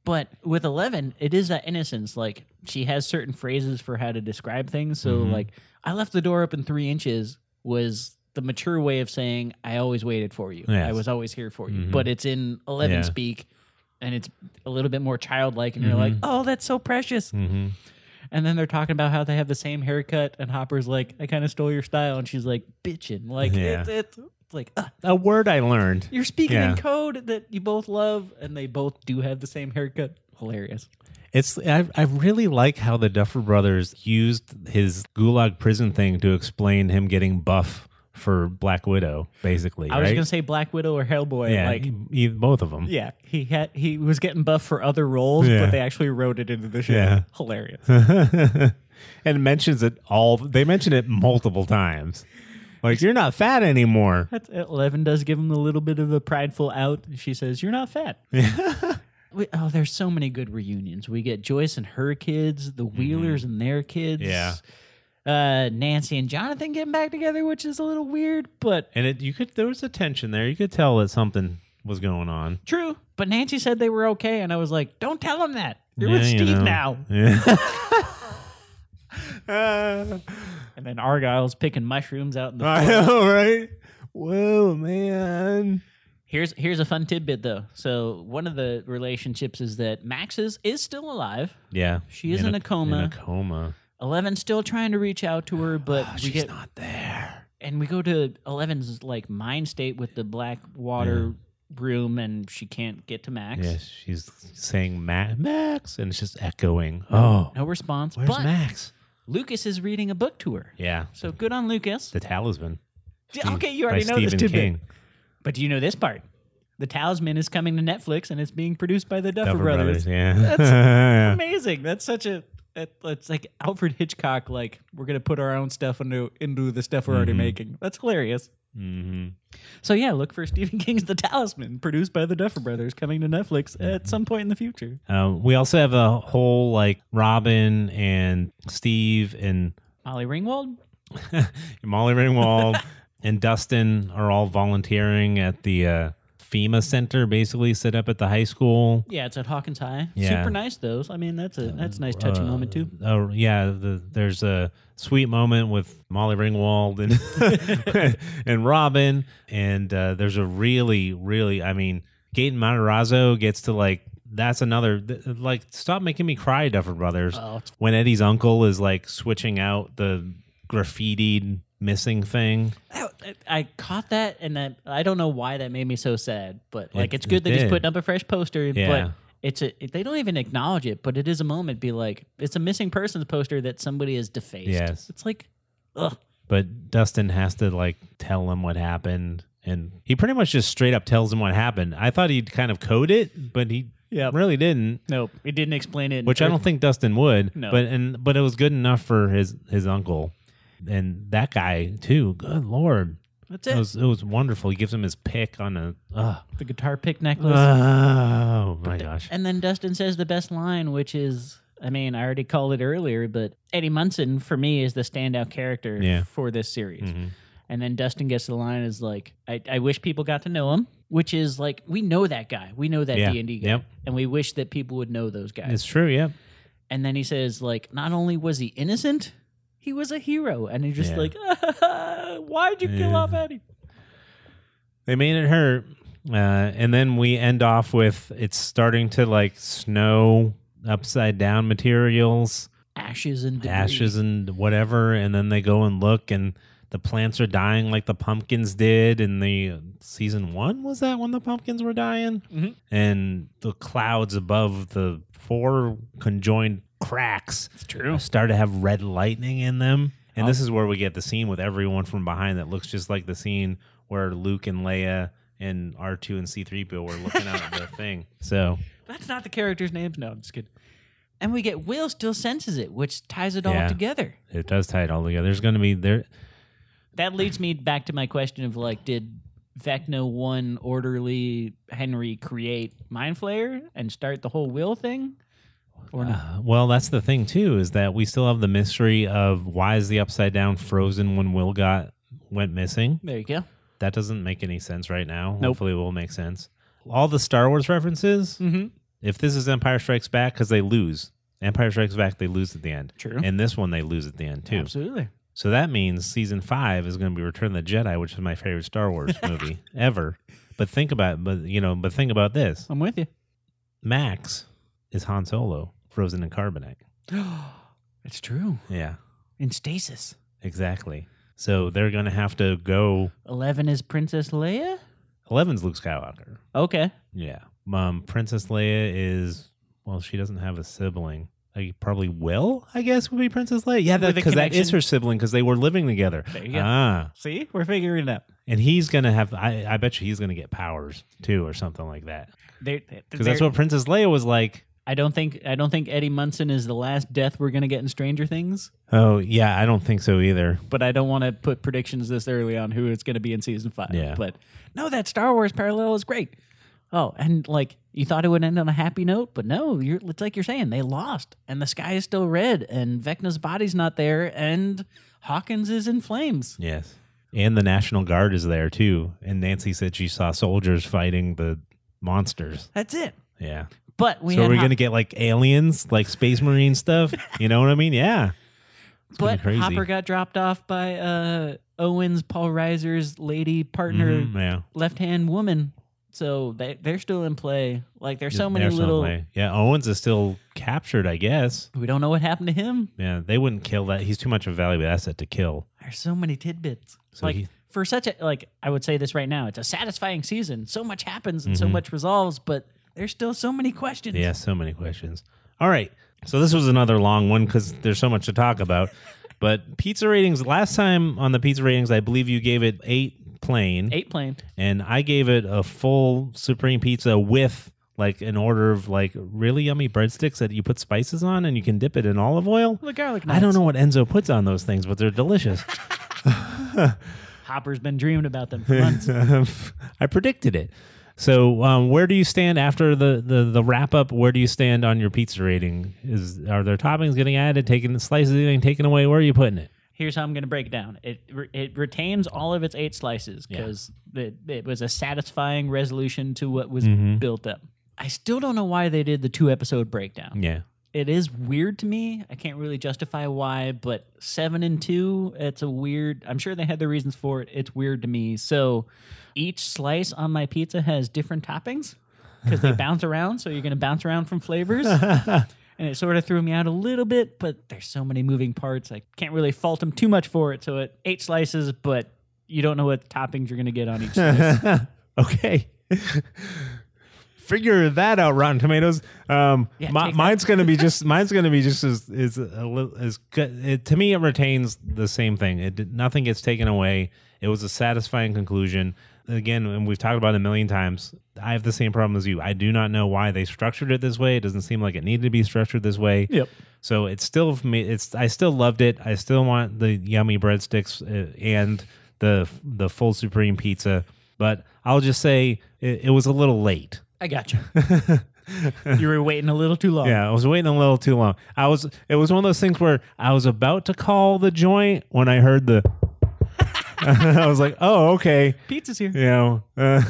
S4: But with Eleven, it is that innocence. Like she has certain phrases for how to describe things. So
S3: Mhm.
S4: like I left the door open three inches was the mature way of saying I always waited for you.
S3: Yes.
S4: I was always here for you.
S3: Mhm.
S4: But it's in Eleven
S3: Yeah.
S4: speak. And it's a little bit more childlike, and you're
S3: Mhm.
S4: like, "Oh, that's so precious."
S3: Mm-hmm.
S4: And then they're talking about how they have the same haircut, and Hopper's like, "I kind of stole your style," and she's like, "Bitching!" Like
S3: Yeah.
S4: it, it's it's like ugh,
S3: A word I learned.
S4: you're speaking
S3: Yeah.
S4: in code that you both love, and they both do have the same haircut. Hilarious.
S3: It's I, I really like how the Duffer Brothers used his gulag prison thing to explain him getting buff for Black Widow, basically.
S4: I was
S3: right?
S4: gonna say Black Widow or Hellboy.
S3: yeah,
S4: Like,
S3: e- e- both of them.
S4: yeah, he had he was getting buff for other roles,
S3: Yeah.
S4: but they actually wrote it into the show.
S3: Yeah.
S4: Hilarious.
S3: and mentions it all. They mention it multiple times. Like you're not fat anymore.
S4: That's, Eleven does give him a little bit of a prideful out. and She says, "You're not fat." we, oh, there's so many good reunions. We get Joyce and her kids, the Wheelers and their kids.
S3: Mm-hmm. Yeah.
S4: Uh, Nancy and Jonathan getting back together, which is a little weird, but
S3: And it, you could there was a tension there. You could tell that something was going on.
S4: true. But Nancy said they were okay, and I was like, "Don't tell him that. You're with
S3: Yeah, you
S4: Steve
S3: know.
S4: now."
S3: Yeah.
S4: And then Argyle's picking mushrooms out in the
S3: I know, right? Whoa, man.
S4: Here's here's a fun tidbit though. So one of the relationships is that Max's is still alive.
S3: Yeah,
S4: She is in a coma.
S3: In a coma.
S4: Eleven's still trying to reach out to her, but
S3: Ah,
S4: we
S3: she's
S4: get
S3: not there.
S4: and we go to Eleven's like mind state with the black water room, and she can't get to Max.
S3: Yeah, she's saying Ma- Max, and it's just echoing. Oh,
S4: No response.
S3: where's
S4: but
S3: Max?
S4: Lucas is reading a book to her.
S3: Yeah,
S4: So good on Lucas.
S3: the talisman.
S4: D-
S3: Steve-
S4: okay, you
S3: by
S4: already know
S3: Stephen
S4: this tidbit.
S3: King.
S4: But do you know this part? The Talisman is coming to Netflix, and it's being produced by the Duffer,
S3: Duffer
S4: Brothers.
S3: Brothers. Yeah.
S4: That's amazing. That's such a. That, that's like Alfred Hitchcock. Like we're gonna put our own stuff into into the stuff we're already making. That's hilarious.
S3: mm-hmm.
S4: So yeah, look for Stephen King's The Talisman, produced by the Duffer Brothers, coming to Netflix at some point in the future.
S3: Um, we also have a whole like Robin and Steve and
S4: Molly Ringwald.
S3: Molly Ringwald and Dustin are all volunteering at the uh, FEMA center basically set up at the high school.
S4: Yeah, it's at Hawkins High.
S3: Yeah.
S4: Super nice those. I mean, that's a that's a nice touching
S3: Uh,
S4: moment too.
S3: Oh yeah, the, there's a sweet moment with Molly Ringwald and and Robin, and uh, there's a really, really, I mean, Gaten Matarazzo gets to like that's another th- like stop making me cry, Duffer Brothers.
S4: Oh,
S3: When Eddie's uncle is like switching out the graffitied missing thing,
S4: I, I caught that, and that I don't know why that made me so sad. But like,
S3: It-
S4: it's good
S3: it
S4: that he's
S3: did.
S4: putting up a fresh poster.
S3: Yeah.
S4: But it's a they don't even acknowledge it, but it is a moment. Be like, it's a missing persons poster that somebody has defaced.
S3: Yes.
S4: it's like, ugh.
S3: but Dustin has to like tell him what happened. And he pretty much just straight up tells him what happened. I thought he'd kind of code it, but he
S4: Yep.
S3: really didn't.
S4: Nope, it didn't explain it.
S3: which I don't think Dustin would.
S4: No.
S3: But and but it was good enough for his his uncle, and that guy too. Good lord,
S4: That's
S3: it
S4: it.
S3: was it was wonderful. He gives him his pick on a. Uh,
S4: the guitar pick necklace.
S3: oh my gosh.
S4: And then Dustin says the best line, which is, I mean, I already called it earlier, but Eddie Munson for me is the standout character
S3: Yeah.
S4: for this series.
S3: Mhm.
S4: And then Dustin gets the line is like, I, I wish people got to know him, which is like, we know that guy, we know that
S3: Yeah.
S4: D and D guy,
S3: Yep.
S4: and we wish that people would know those guys.
S3: It's true. Yep.
S4: and then he says like, not only was he innocent, he was a hero, and he's just
S3: Yeah.
S4: like, why'd you kill
S3: Yeah.
S4: off Eddie?
S3: They made it hurt. Uh, and then we end off with it's starting to like snow upside down materials,
S4: Ashes and debris.
S3: ashes and whatever. And then they go and look, and the plants are dying like the pumpkins did in the season one. Was that when the pumpkins were dying?
S4: Mhm.
S3: And the clouds above the four conjoined cracks
S4: It's true.
S3: start to have red lightning in them. And
S4: Oh.
S3: this is where we get the scene with everyone from behind that looks just like the scene where Luke and Leia and R2 and C3PO were looking out at the thing. So,
S4: That's not the characters' names. No, I'm just kidding. And we get Will still senses it, which ties it all
S3: Yeah.
S4: together.
S3: it does tie it all together. There's going to be there
S4: That leads me back to my question of like, did Vecna one orderly Henry create Mind Flayer and start the whole Will thing? Or not?
S3: Uh, well, that's the thing too is that we still have the mystery of why is the upside down frozen when Will got went missing.
S4: There you go.
S3: That doesn't make any sense right now.
S4: Nope.
S3: Hopefully, it will make sense. All the Star Wars references.
S4: Mm-hmm.
S3: If this is Empire Strikes Back, because they lose Empire Strikes Back, they lose at the end.
S4: True.
S3: And this one they lose at the end too.
S4: Mm-hmm. Absolutely.
S3: So that means season five is going to be Return of the Jedi, which is my favorite Star Wars movie ever. But think about, but you know, but think about this:
S4: I'm with you.
S3: Max is Han Solo, frozen in carbonite.
S4: it's true.
S3: Yeah.
S4: In stasis.
S3: Exactly. So they're going to have to go.
S4: Eleven is Princess Leia?
S3: Eleven's Luke Skywalker.
S4: Okay.
S3: Yeah. Um, Princess Leia is, well, she doesn't have a sibling. I probably will, I guess, would be Princess Leia. Yeah,
S4: With a
S3: because that is
S4: connection.
S3: her sibling because they were living together.
S4: There you go.
S3: Ah.
S4: See? We're figuring it out.
S3: And he's going to have, I, I bet you he's going to get powers too or something like that.
S4: They're,
S3: Because that's what Princess Leia was like.
S4: I don't think I don't think Eddie Munson is the last death we're gonna get in Stranger Things.
S3: Oh, yeah, I don't think so either.
S4: but I don't want to put predictions this early on who it's going to be in season five.
S3: Yeah.
S4: But no, that Star Wars parallel is great. Oh, and like you thought it would end on a happy note, but no, you're, it's like you're saying they lost, and the sky is still red, and Vecna's body's not there, and Hawkins is in flames.
S3: Yes. And the National Guard is there too. And Nancy said she saw soldiers fighting the monsters.
S4: That's it.
S3: Yeah.
S4: But we
S3: so
S4: had
S3: are we
S4: Haw-
S3: gonna get like aliens, like space marine stuff? You know what I mean? Yeah. gonna
S4: but
S3: be crazy.
S4: Hopper got dropped off by uh, Owens, Paul Reiser's lady partner,
S3: Mhm, yeah.
S4: left hand woman. So they they're still in play. Like there's so many
S3: There's some
S4: little.
S3: way. Yeah, Owens is still captured, I guess.
S4: We don't know what happened to him.
S3: Yeah, they wouldn't kill that. He's too much of a valuable asset to kill.
S4: There's so many tidbits.
S3: So
S4: like
S3: he-
S4: for such a like, I would say this right now. It's a satisfying season. So much happens and so much resolves, but there's still so many questions.
S3: Mm-hmm. Yeah, so many questions. All right. So this was another long one because there's so much to talk about. But pizza ratings last time on the pizza ratings, I believe you gave it eight plain,
S4: Eight plane.
S3: and I gave it a full supreme pizza with like an order of like really yummy breadsticks that you put spices on and you can dip it in olive oil.
S4: The garlic.
S3: I don't
S4: knots.
S3: know what Enzo puts on those things, but they're delicious.
S4: Hopper's been dreaming about them for months.
S3: I predicted it. So, um, where do you stand after the, the, the wrap up? Where do you stand on your pizza rating? Is are there toppings getting added, taken slices getting taken away? Where are you putting it?
S4: here's how I'm going to break it down. It re- it retains all of its eight slices
S3: Yeah.
S4: because it, it was a satisfying resolution to what was
S3: Mhm.
S4: built up. I still don't know why they did the two episode breakdown.
S3: Yeah.
S4: It is weird to me. I can't really justify why, but seven and two, it's a weird. I'm sure they had their reasons for it. It's weird to me. So each slice on my pizza has different toppings because they bounce around. So you're going to bounce around from flavors and it sort of threw me out a little bit. But there's so many moving parts, I can't really fault them too much for it. So it eight slices, but you don't know what toppings you're gonna get on each. slice.
S3: okay. Figure that out, Rotten Tomatoes. Um,
S4: Yeah,
S3: mi-
S4: take that.
S3: mine's gonna be just mine's gonna be just as is a little as good. It, to me, it retains the same thing. It did- nothing gets taken away. It was a satisfying conclusion. Again, and we've talked about it a million times. I have the same problem as you. I do not know why they structured it this way. It doesn't seem like it needed to be structured this way.
S4: Yep.
S3: So it's still for me. It's I still loved it. I still want the yummy breadsticks uh, and the the full supreme pizza. But I'll just say it, it was a little late.
S4: I got you. you were waiting a little too long.
S3: Yeah, I was waiting a little too long. I was. It was one of those things where I was about to call the joint when I heard the. I was like, oh okay,
S4: Pizza's here.
S3: you know.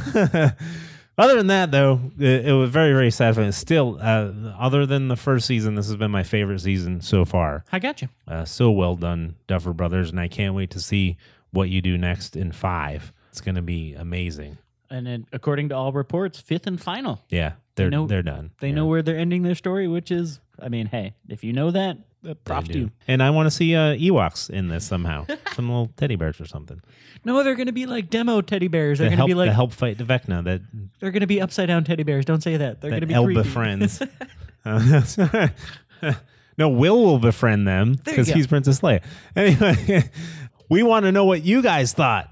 S3: Uh, other than that, though, it, it was very very satisfying. Still, uh, other than the first season, this has been my favorite season so far.
S4: I got you.
S3: Uh, so well done, Duffer Brothers, and I can't wait to see what you do next in five. It's going to be amazing.
S4: And then, according to all reports, fifth and final.
S3: Yeah, they're
S4: know-
S3: they're done.
S4: They
S3: Yeah,
S4: know where they're ending their story, which is, I mean, hey, if you know that, uh,
S3: they
S4: props to
S3: do.
S4: you.
S3: And I want to see uh, Ewoks in this somehow, some little teddy bears or something.
S4: No, they're going to be like demo teddy bears.
S3: To
S4: They're going to
S3: help
S4: be like
S3: to help fight the Vecna that
S4: they're going to be upside down teddy bears. Don't say that. They're going to
S3: that
S4: be
S3: Elba
S4: creepy.
S3: friends. Uh, no, Will will befriend them
S4: There you
S3: because
S4: go.
S3: he's Princess Leia. Anyway, we want to know what you guys thought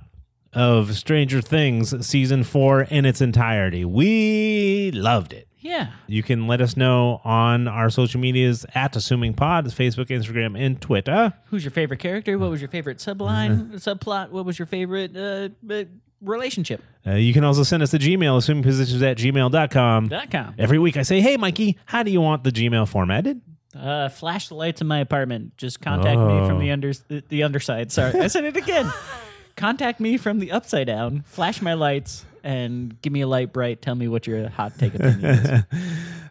S3: of Stranger Things season four in its entirety. We loved it.
S4: Yeah.
S3: You can let us know on our social medias at Assuming Pod, Facebook, Instagram, and Twitter.
S4: Who's your favorite character? What was your favorite subline, subplot? What was your favorite uh, uh, relationship?
S3: Uh, you can also send us a Gmail, assumingpositions at gmail.com.
S4: Dot com.
S3: Every week I say, hey, Mikey, how do you want the Gmail formatted?
S4: Uh, flash the lights in my apartment. Just contact me from
S3: Oh.
S4: the under the, the underside. Sorry, I said it again. contact me from the upside down. Flash my lights and give me a light bright. Tell me what your hot take opinion is.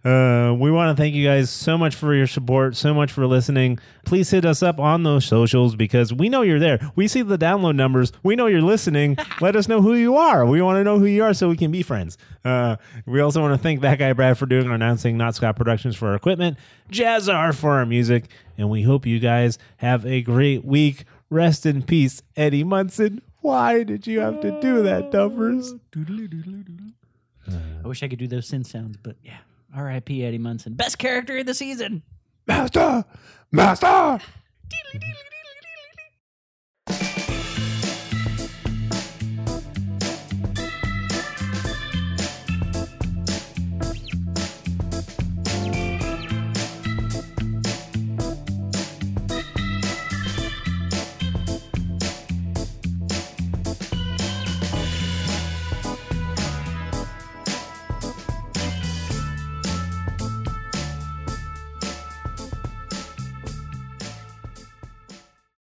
S3: Uh, we want to thank you guys so much for your support, so much for listening. Please hit us up on those socials because we know you're there. We see the download numbers. We know you're listening. Let us know who you are. We want to know who you are so we can be friends. Uh, we also want to thank that guy Brad for doing our announcing, Not Scott Productions for our equipment, Jazzar for our music, and we hope you guys have a great week. Rest in peace, Eddie Munson. Why did you have to do that, Duffers?
S4: I wish I could do those sin sounds, but yeah. R.I.P. Eddie Munson, best character of the season.
S3: Master! Master!